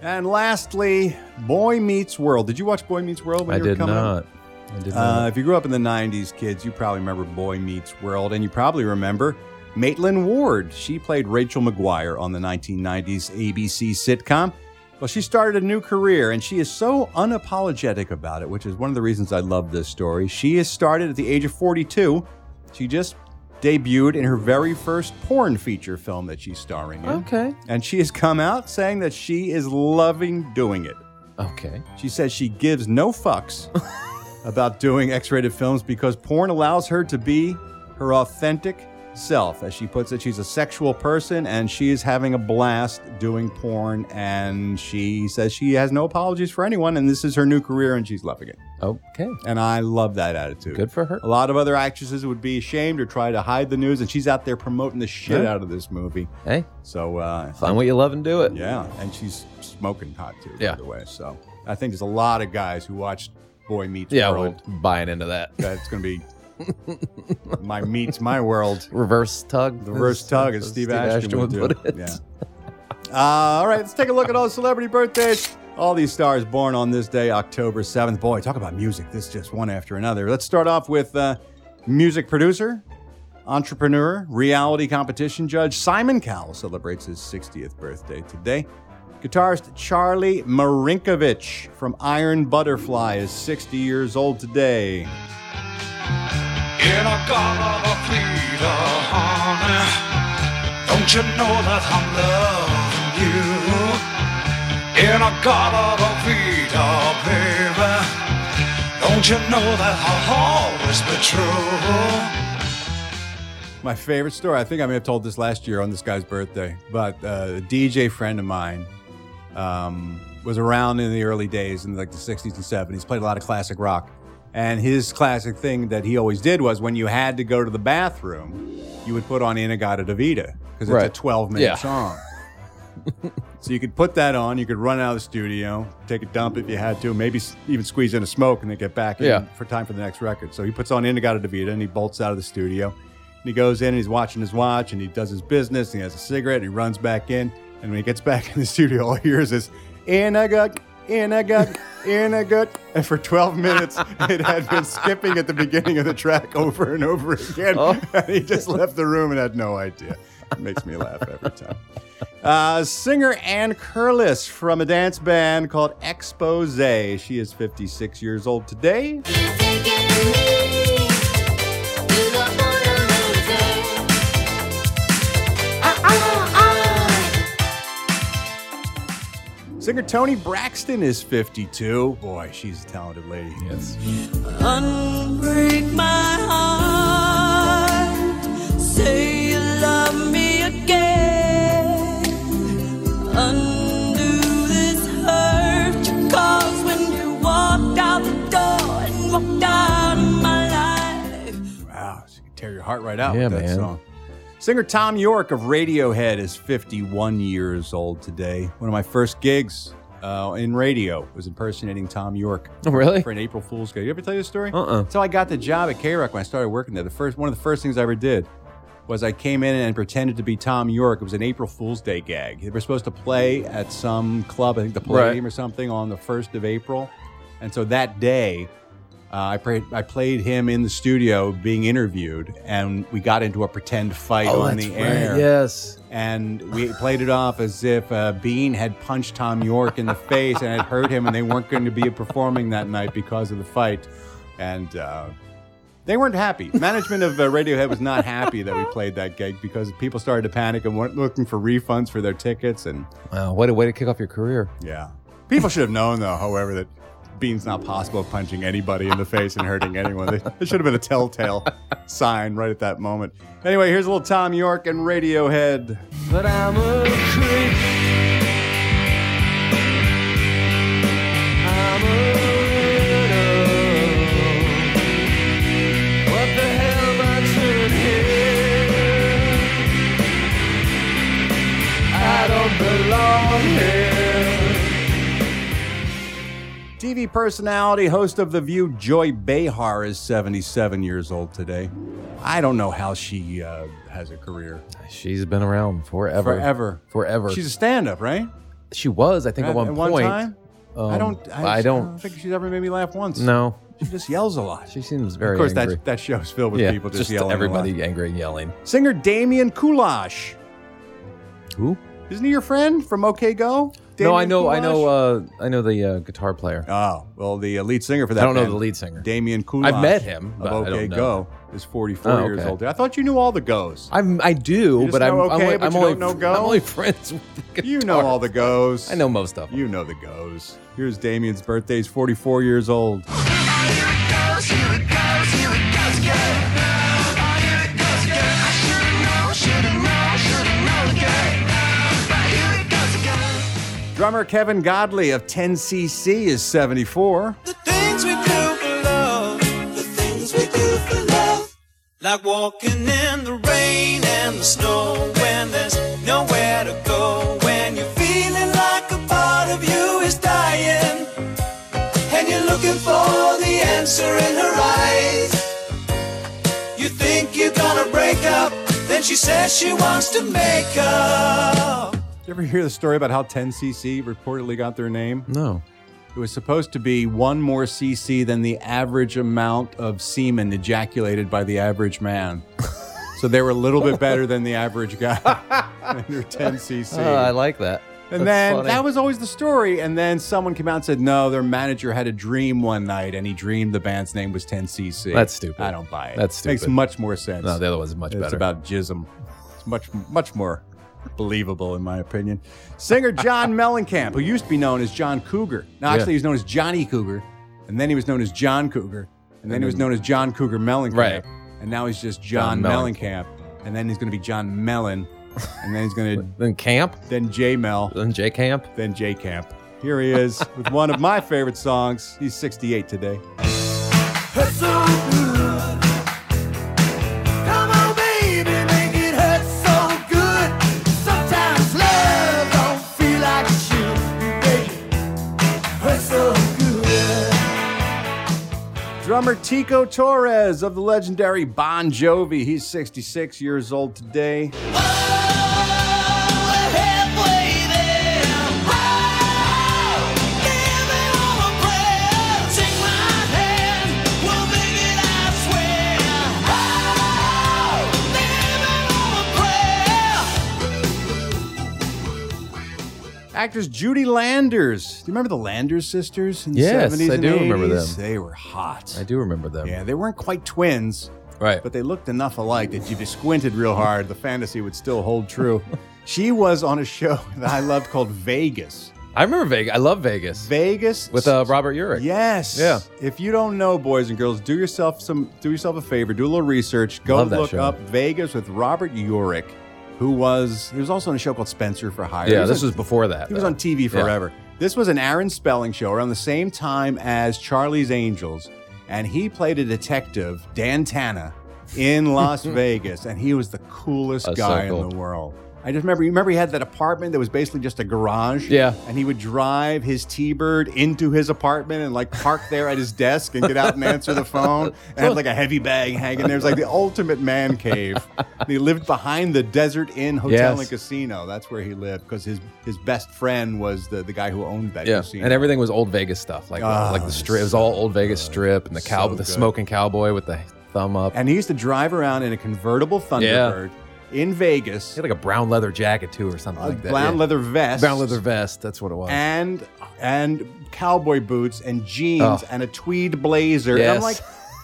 B: And lastly, Boy Meets World. Did you watch Boy Meets World when
C: I
B: you were
C: did
B: coming up?
C: not. I did
B: Uh,
C: not.
B: if you grew up in the 90s, kids, you probably remember Boy Meets World, and you probably remember Maitland Ward. She played Rachel McGuire on the 1990s ABC sitcom. Well, she started a new career, and she is so unapologetic about it, which is one of the reasons I love this story. She has started at the age of 42. She just debuted in her very first porn feature film that she's starring in.
C: Okay.
B: And she has come out saying that she is loving doing it.
C: Okay.
B: She says she gives no fucks about doing X rated films because porn allows her to be her authentic self. As she puts it, she's a sexual person and she is having a blast doing porn. And she says she has no apologies for anyone. And this is her new career and she's loving it.
C: Okay.
B: And I love that attitude.
C: Good for her.
B: A lot of other actresses would be ashamed or try to hide the news. And she's out there promoting the shit
C: Yeah.
B: out of this movie.
C: Hey,
B: So, uh,
C: find what you love and do it.
B: yeah, and she's smoking hot too,
C: Yeah.
B: by the way. So I think there's a lot of guys who watched Boy Meets
C: Yeah, we're
B: World
C: buying into that.
B: that's going to be my meets my world.
C: Reverse tug.
B: The reverse tug, as Steve, Ashton, would do.
C: put it.
B: Yeah. Uh, all right, let's take a look at all the celebrity birthdays. All these stars born on this day, October 7th. Boy, talk about music. This is just one after another. Let's start off with uh, music producer, entrepreneur, reality competition judge Simon Cowell celebrates his 60th birthday today. Guitarist Charlie Marinkovich from Iron Butterfly is 60 years old today.
E: In a god of a pleader, honey. Don't you know that I'm loving you? In a god of a pleader, baby. Don't you know that I'll always be true?
B: My favorite story, I think I may have told this last year on this guy's birthday, but uh, a DJ friend of mine um, was around in the early days, in like the 60s and 70s, played a lot of classic rock. And his classic thing that he always did was when you had to go to the bathroom, you would put on Inagata Davida because it's a
C: Right.
B: 12 minute
C: Yeah.
B: song. so you could put that on, you could run out of the studio, take a dump if you had to, maybe s- even squeeze in a smoke and then get back in
C: Yeah.
B: for time for the next record. So he puts on Inagata Davida and he bolts out of the studio. And he goes in and he's watching his watch and he does his business and he has a cigarette and he runs back in. And when he gets back in the studio, all he hears is in a gut, in a gut, in a gut. And for 12 minutes, it had been skipping at the beginning of the track over and over again. And he just left the room and had no idea. It makes me laugh every time. Uh, singer Ann Curlis from a dance band called Expose. She is 56 years old today. Singer Tony Braxton is 52. Boy, she's a talented lady. Yes.
N: Unbreak my heart. Say you love me again. Undo this hurt you caused when you walked out the door and walked out of my life.
B: Wow, she could tear your heart right out
C: Yeah,
B: with that
C: man.
B: song. Singer Tom York of Radiohead is 51 years old today. One of my first gigs uh, in radio was impersonating Tom York.
C: Oh, really?
B: For an April Fool's gig. You ever tell you the story?
C: Uh-uh.
B: So I got the job at K Rock when I started working there. The first one of the first things I ever did was I came in and pretended to be Tom York. It was an April Fool's Day gag. They were supposed to play at some club, I think the Palladium or something, on the first of April. And so that day, uh, I, played, I played him in the studio being interviewed, and we got into a pretend fight
C: Oh,
B: on
C: that's
B: the
C: right,
B: air.
C: yes.
B: And we played it off as if uh, Bean had punched Tom York in the face and had hurt him, and they weren't going to be performing that night because of the fight. And uh, they weren't happy. Management of uh, Radiohead was not happy that we played that gig because people started to panic and weren't looking for refunds for their tickets. And
C: Wow, what a way to kick off your career.
B: yeah. People should have known, though, however, that Bean's not possible of punching anybody in the face and hurting anyone. They- It should have been a telltale sign right at that moment. Anyway, here's a little Tom York and Radiohead.
M: But I'm a creep. I'm a widow. What the hell am I doing here? I don't belong here.
B: TV personality, host of The View, Joy Behar is 77 years old today. I don't know how she uh, has a career.
C: She's been around forever.
B: Forever.
C: Forever.
B: She's a stand up, right?
C: she was, I think, at, one point.
B: time? I
C: Um,
B: don't.
C: I don't.
B: think she's ever made me laugh once.
C: No.
B: She just yells a lot.
C: She seems very
B: Of course,
C: angry.
B: that that show's filled with
C: yeah,
B: people just,
C: just
B: yelling. a lot.
C: everybody angry and yelling.
B: Singer Damian Kulash.
C: Who?
B: Isn't he your friend from OK Go?
C: no, I
B: Damian
C: know, I
B: Kulash?
C: know, uh, I know the uh, guitar player.
B: Oh, well, the uh, lead singer for that
C: I don't know
B: band,
C: the lead singer.
B: Damian Kulash.
C: I've met him,
B: Of
C: but I
B: OK
C: don't know.
B: Go is 44
C: Oh,
B: years
C: okay.
B: old. I thought you knew all the goes.
C: I'm, I do,
B: just
C: but I'm,
B: know
C: I'm,
B: okay,
C: only-
B: but
C: I'm
B: you
C: only,
B: don't know
C: I'm
B: go?
C: only friends with the
B: You know all the goes.
C: I know most of them.
B: You know the goes. Here's Damien's birthday. He's 44 years old. Drummer Kevin Godley of 10cc is 74.
M: Things we do for love, the things we do for love. Like walking in the rain and the snow when there's nowhere to go. When you're feeling like a part of you is dying, and you're looking for the answer in her eyes. You think you're gonna break up, then she says she wants to make up.
B: You ever hear the story about how 10cc reportedly got their name?
C: No.
B: It was supposed to be one more cc than the average amount of semen ejaculated by the average man. so they were a little bit better than the average guy. and they're 10cc.
C: Oh, I like that. That's
B: and then
C: funny.
B: that was always the story. And then someone came out and said, no, their manager had a dream one night and he dreamed the band's name was 10cc.
C: That's stupid.
B: I don't buy it.
C: That's
B: Makes
C: stupid.
B: much more sense.
C: no, the other one's much
B: it's
C: better.
B: about jism. It's much, much more believable, in my opinion. Singer John Mellencamp, who used to be known as John Cougar. No, actually,
C: Yeah.
B: he was known as Johnny Cougar, and then he was known as John Cougar, and then he was known as John Cougar Mellencamp.
C: Right.
B: And now he's just John,
C: John
B: Mellencamp. and then he's going to be John Mellon, and then he's going to
C: then Camp,
B: then J Mel,
C: then J Camp.
B: then J Camp. Here he is with one of my favorite songs. He's 68 today.
M: hurt so good. Come on, baby, make it hurt so good. Sometimes love don't feel like it should, baby. Hurt so good.
B: Drummer Tico Torres of the legendary Bon Jovi. He's 66 years old today. Actress Judy Landers. Do you remember the Landers sisters in the
C: Yes,
B: 70s?
C: I
B: and
C: do remember
B: 80s?
C: them.
B: They were hot.
C: I do remember them.
B: Yeah, they weren't quite twins,
C: Right.
B: but they looked enough alike that if you squinted real hard, the fantasy would still hold true. she was on a show that I loved called Vegas.
C: I remember Vegas. I love Vegas
B: Vegas
C: with uh, Robert Urich.
B: Yes.
C: Yeah.
B: If you don't know, boys and girls, do yourself some do yourself a favor, do a little research, go
C: Love that
B: look
C: show.
B: up Vegas with Robert Urich, who was he was also on a show called Spencer for Hire. He
C: Yeah, this
B: on-
C: was before that.
B: he was
C: though.
B: on TV
C: Yeah.
B: forever. This was an Aaron Spelling show around the same time as Charlie's Angels, and he played a detective, Dan Tana, in Las Vegas, and he was the coolest
C: A
B: guy
C: circle.
B: in the world. I just remember, you remember he had that apartment that was basically just a garage.
C: Yeah.
B: And he would drive his T Bird into his apartment and like park there at his desk and get out and answer the phone and have like a heavy bag hanging there. It's like the ultimate man cave. And he lived behind the Desert Inn Hotel
C: Yes.
B: and Casino. That's where he lived because his, his best friend was the, the guy who owned that
C: Yeah,
B: casino.
C: and everything was old Vegas stuff, like
B: Ah,
C: like the strip. It was all old Vegas strip, and the cow, the
B: good.
C: smoking cowboy with the thumb up.
B: And he used to drive around in a convertible Thunderbird in Vegas. He
C: had like a brown leather jacket too, or something
B: a
C: like that.
B: brown
C: yeah.
B: leather vest.
C: brown leather vest. That's what it was.
B: and and cowboy boots and jeans
C: Oh.
B: and a tweed blazer. And I'm
C: Yes.
B: like,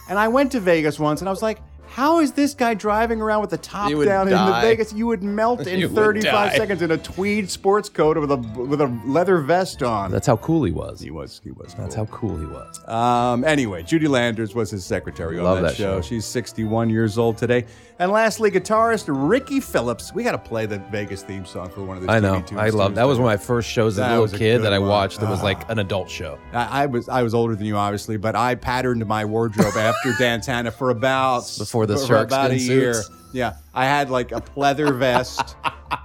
B: and I went to Vegas once and I was like, how is this guy driving around with the top
C: You would
B: down in the
C: die.
B: Vegas? You would melt
C: You
B: in
C: would
B: 35
C: die.
B: seconds in a tweed sports coat with a with a leather vest on.
C: That's how cool he was. He
B: was. He was.
C: That's how cool he was.
B: Um, anyway, Judy Landers was his secretary on
C: Love
B: that,
C: that
B: show.
C: show.
B: She's 61 years old today. And lastly, guitarist Ricky Phillips. We got to play the Vegas theme song for one of the
C: I
B: TV
C: know.
B: tunes
C: I love that. Was one of my first shows as
B: That
C: a
B: was a
C: little kid
B: good
C: that I
B: one.
C: watched. That was
B: Ah.
C: like an adult show.
B: I, I was I was older than you, obviously, but I patterned my wardrobe after Dantana for about
C: Before the
B: for
C: shark
B: about a
C: skin
B: year.
C: suits.
B: Yeah, I had like a pleather vest,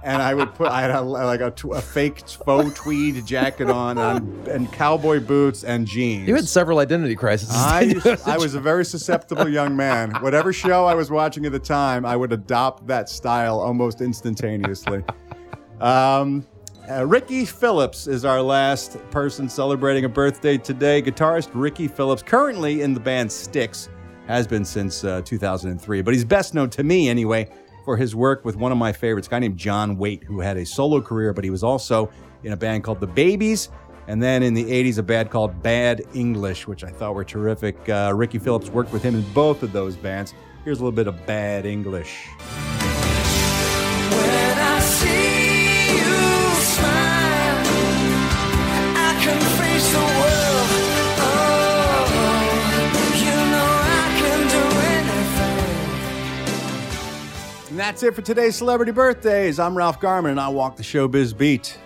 B: and I would put I had a, like a, tw- a fake faux tweed jacket on and, and cowboy boots and jeans.
C: You had several identity crises.
B: I, used- I was a very susceptible young man. Whatever show I was watching at the time, I would adopt that style almost instantaneously. Um, uh, Ricky Phillips is our last person celebrating a birthday today. Guitarist Ricky Phillips, currently in the band Styx, has been since uh, 2003, but he's best known to me anyway for his work with one of my favorites, a guy named John Waite, who had a solo career, but he was also in a band called The Babies. And then in the 80s, a band called Bad English, which I thought were terrific. Uh, Ricky Phillips worked with him in both of those bands. Here's a little bit of Bad English.
N: When I see you smile, I can face the world. Oh, you know I can do anything.
B: And that's it for today's celebrity birthdays. I'm Ralph Garman, and I walk the showbiz beat.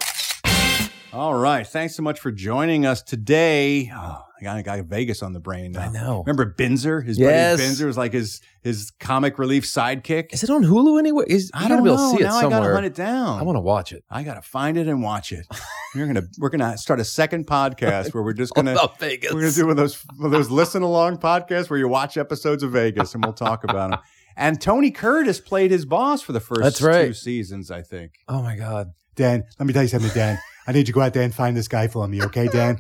B: All right, thanks so much for joining us today. Oh, I got, I got Vegas on the brain. Now. I
C: know.
B: Remember Binzer? His
C: Yes.
B: buddy Binzer was like his his comic relief sidekick.
C: Is it on Hulu anywhere? Is,
B: I
C: you
B: don't
C: gotta be able
B: know.
C: to see it
B: now I gotta
C: somewhere.
B: hunt it down.
C: I want to watch it.
B: I gotta find it and watch it. We're gonna we're gonna start a second podcast where we're just gonna
C: About Vegas.
B: we're gonna do one of those one of those listen along podcasts where you watch episodes of Vegas and we'll talk about them. And Tony Curtis played his boss for the first
C: That's right.
B: two seasons, I think.
C: Oh my god.
B: Dan, let me tell you something, Dan. I need you to go out there and find this guy for me, okay, Dan?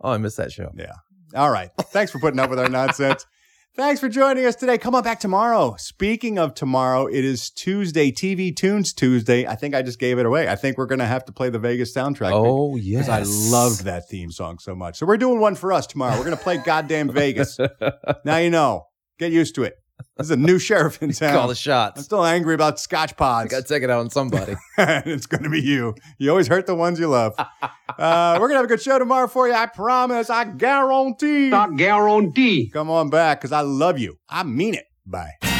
C: Oh, I missed that show.
B: Yeah. All right. Thanks for putting up with our nonsense. Thanks for joining us today. Come on back tomorrow. Speaking of tomorrow, it is Tuesday, TV Tunes Tuesday. I think I just gave it away. I think we're going to have to play the Vegas soundtrack.
C: Oh
B: Because
C: yes.
B: I loved that theme song so much. So we're doing one for us tomorrow. We're going to play Goddamn Vegas. now you know. Get used to it. This is a new sheriff in town.
C: Call the
B: I'm
C: shots.
B: still angry about Scotch
C: I
B: Pods.
C: got to take it out on somebody.
B: it's going to be you. You always hurt the ones you love. Uh, we're going to have a good show tomorrow for you. I promise. I guarantee. I guarantee. Come on back because I love you. I mean it. Bye.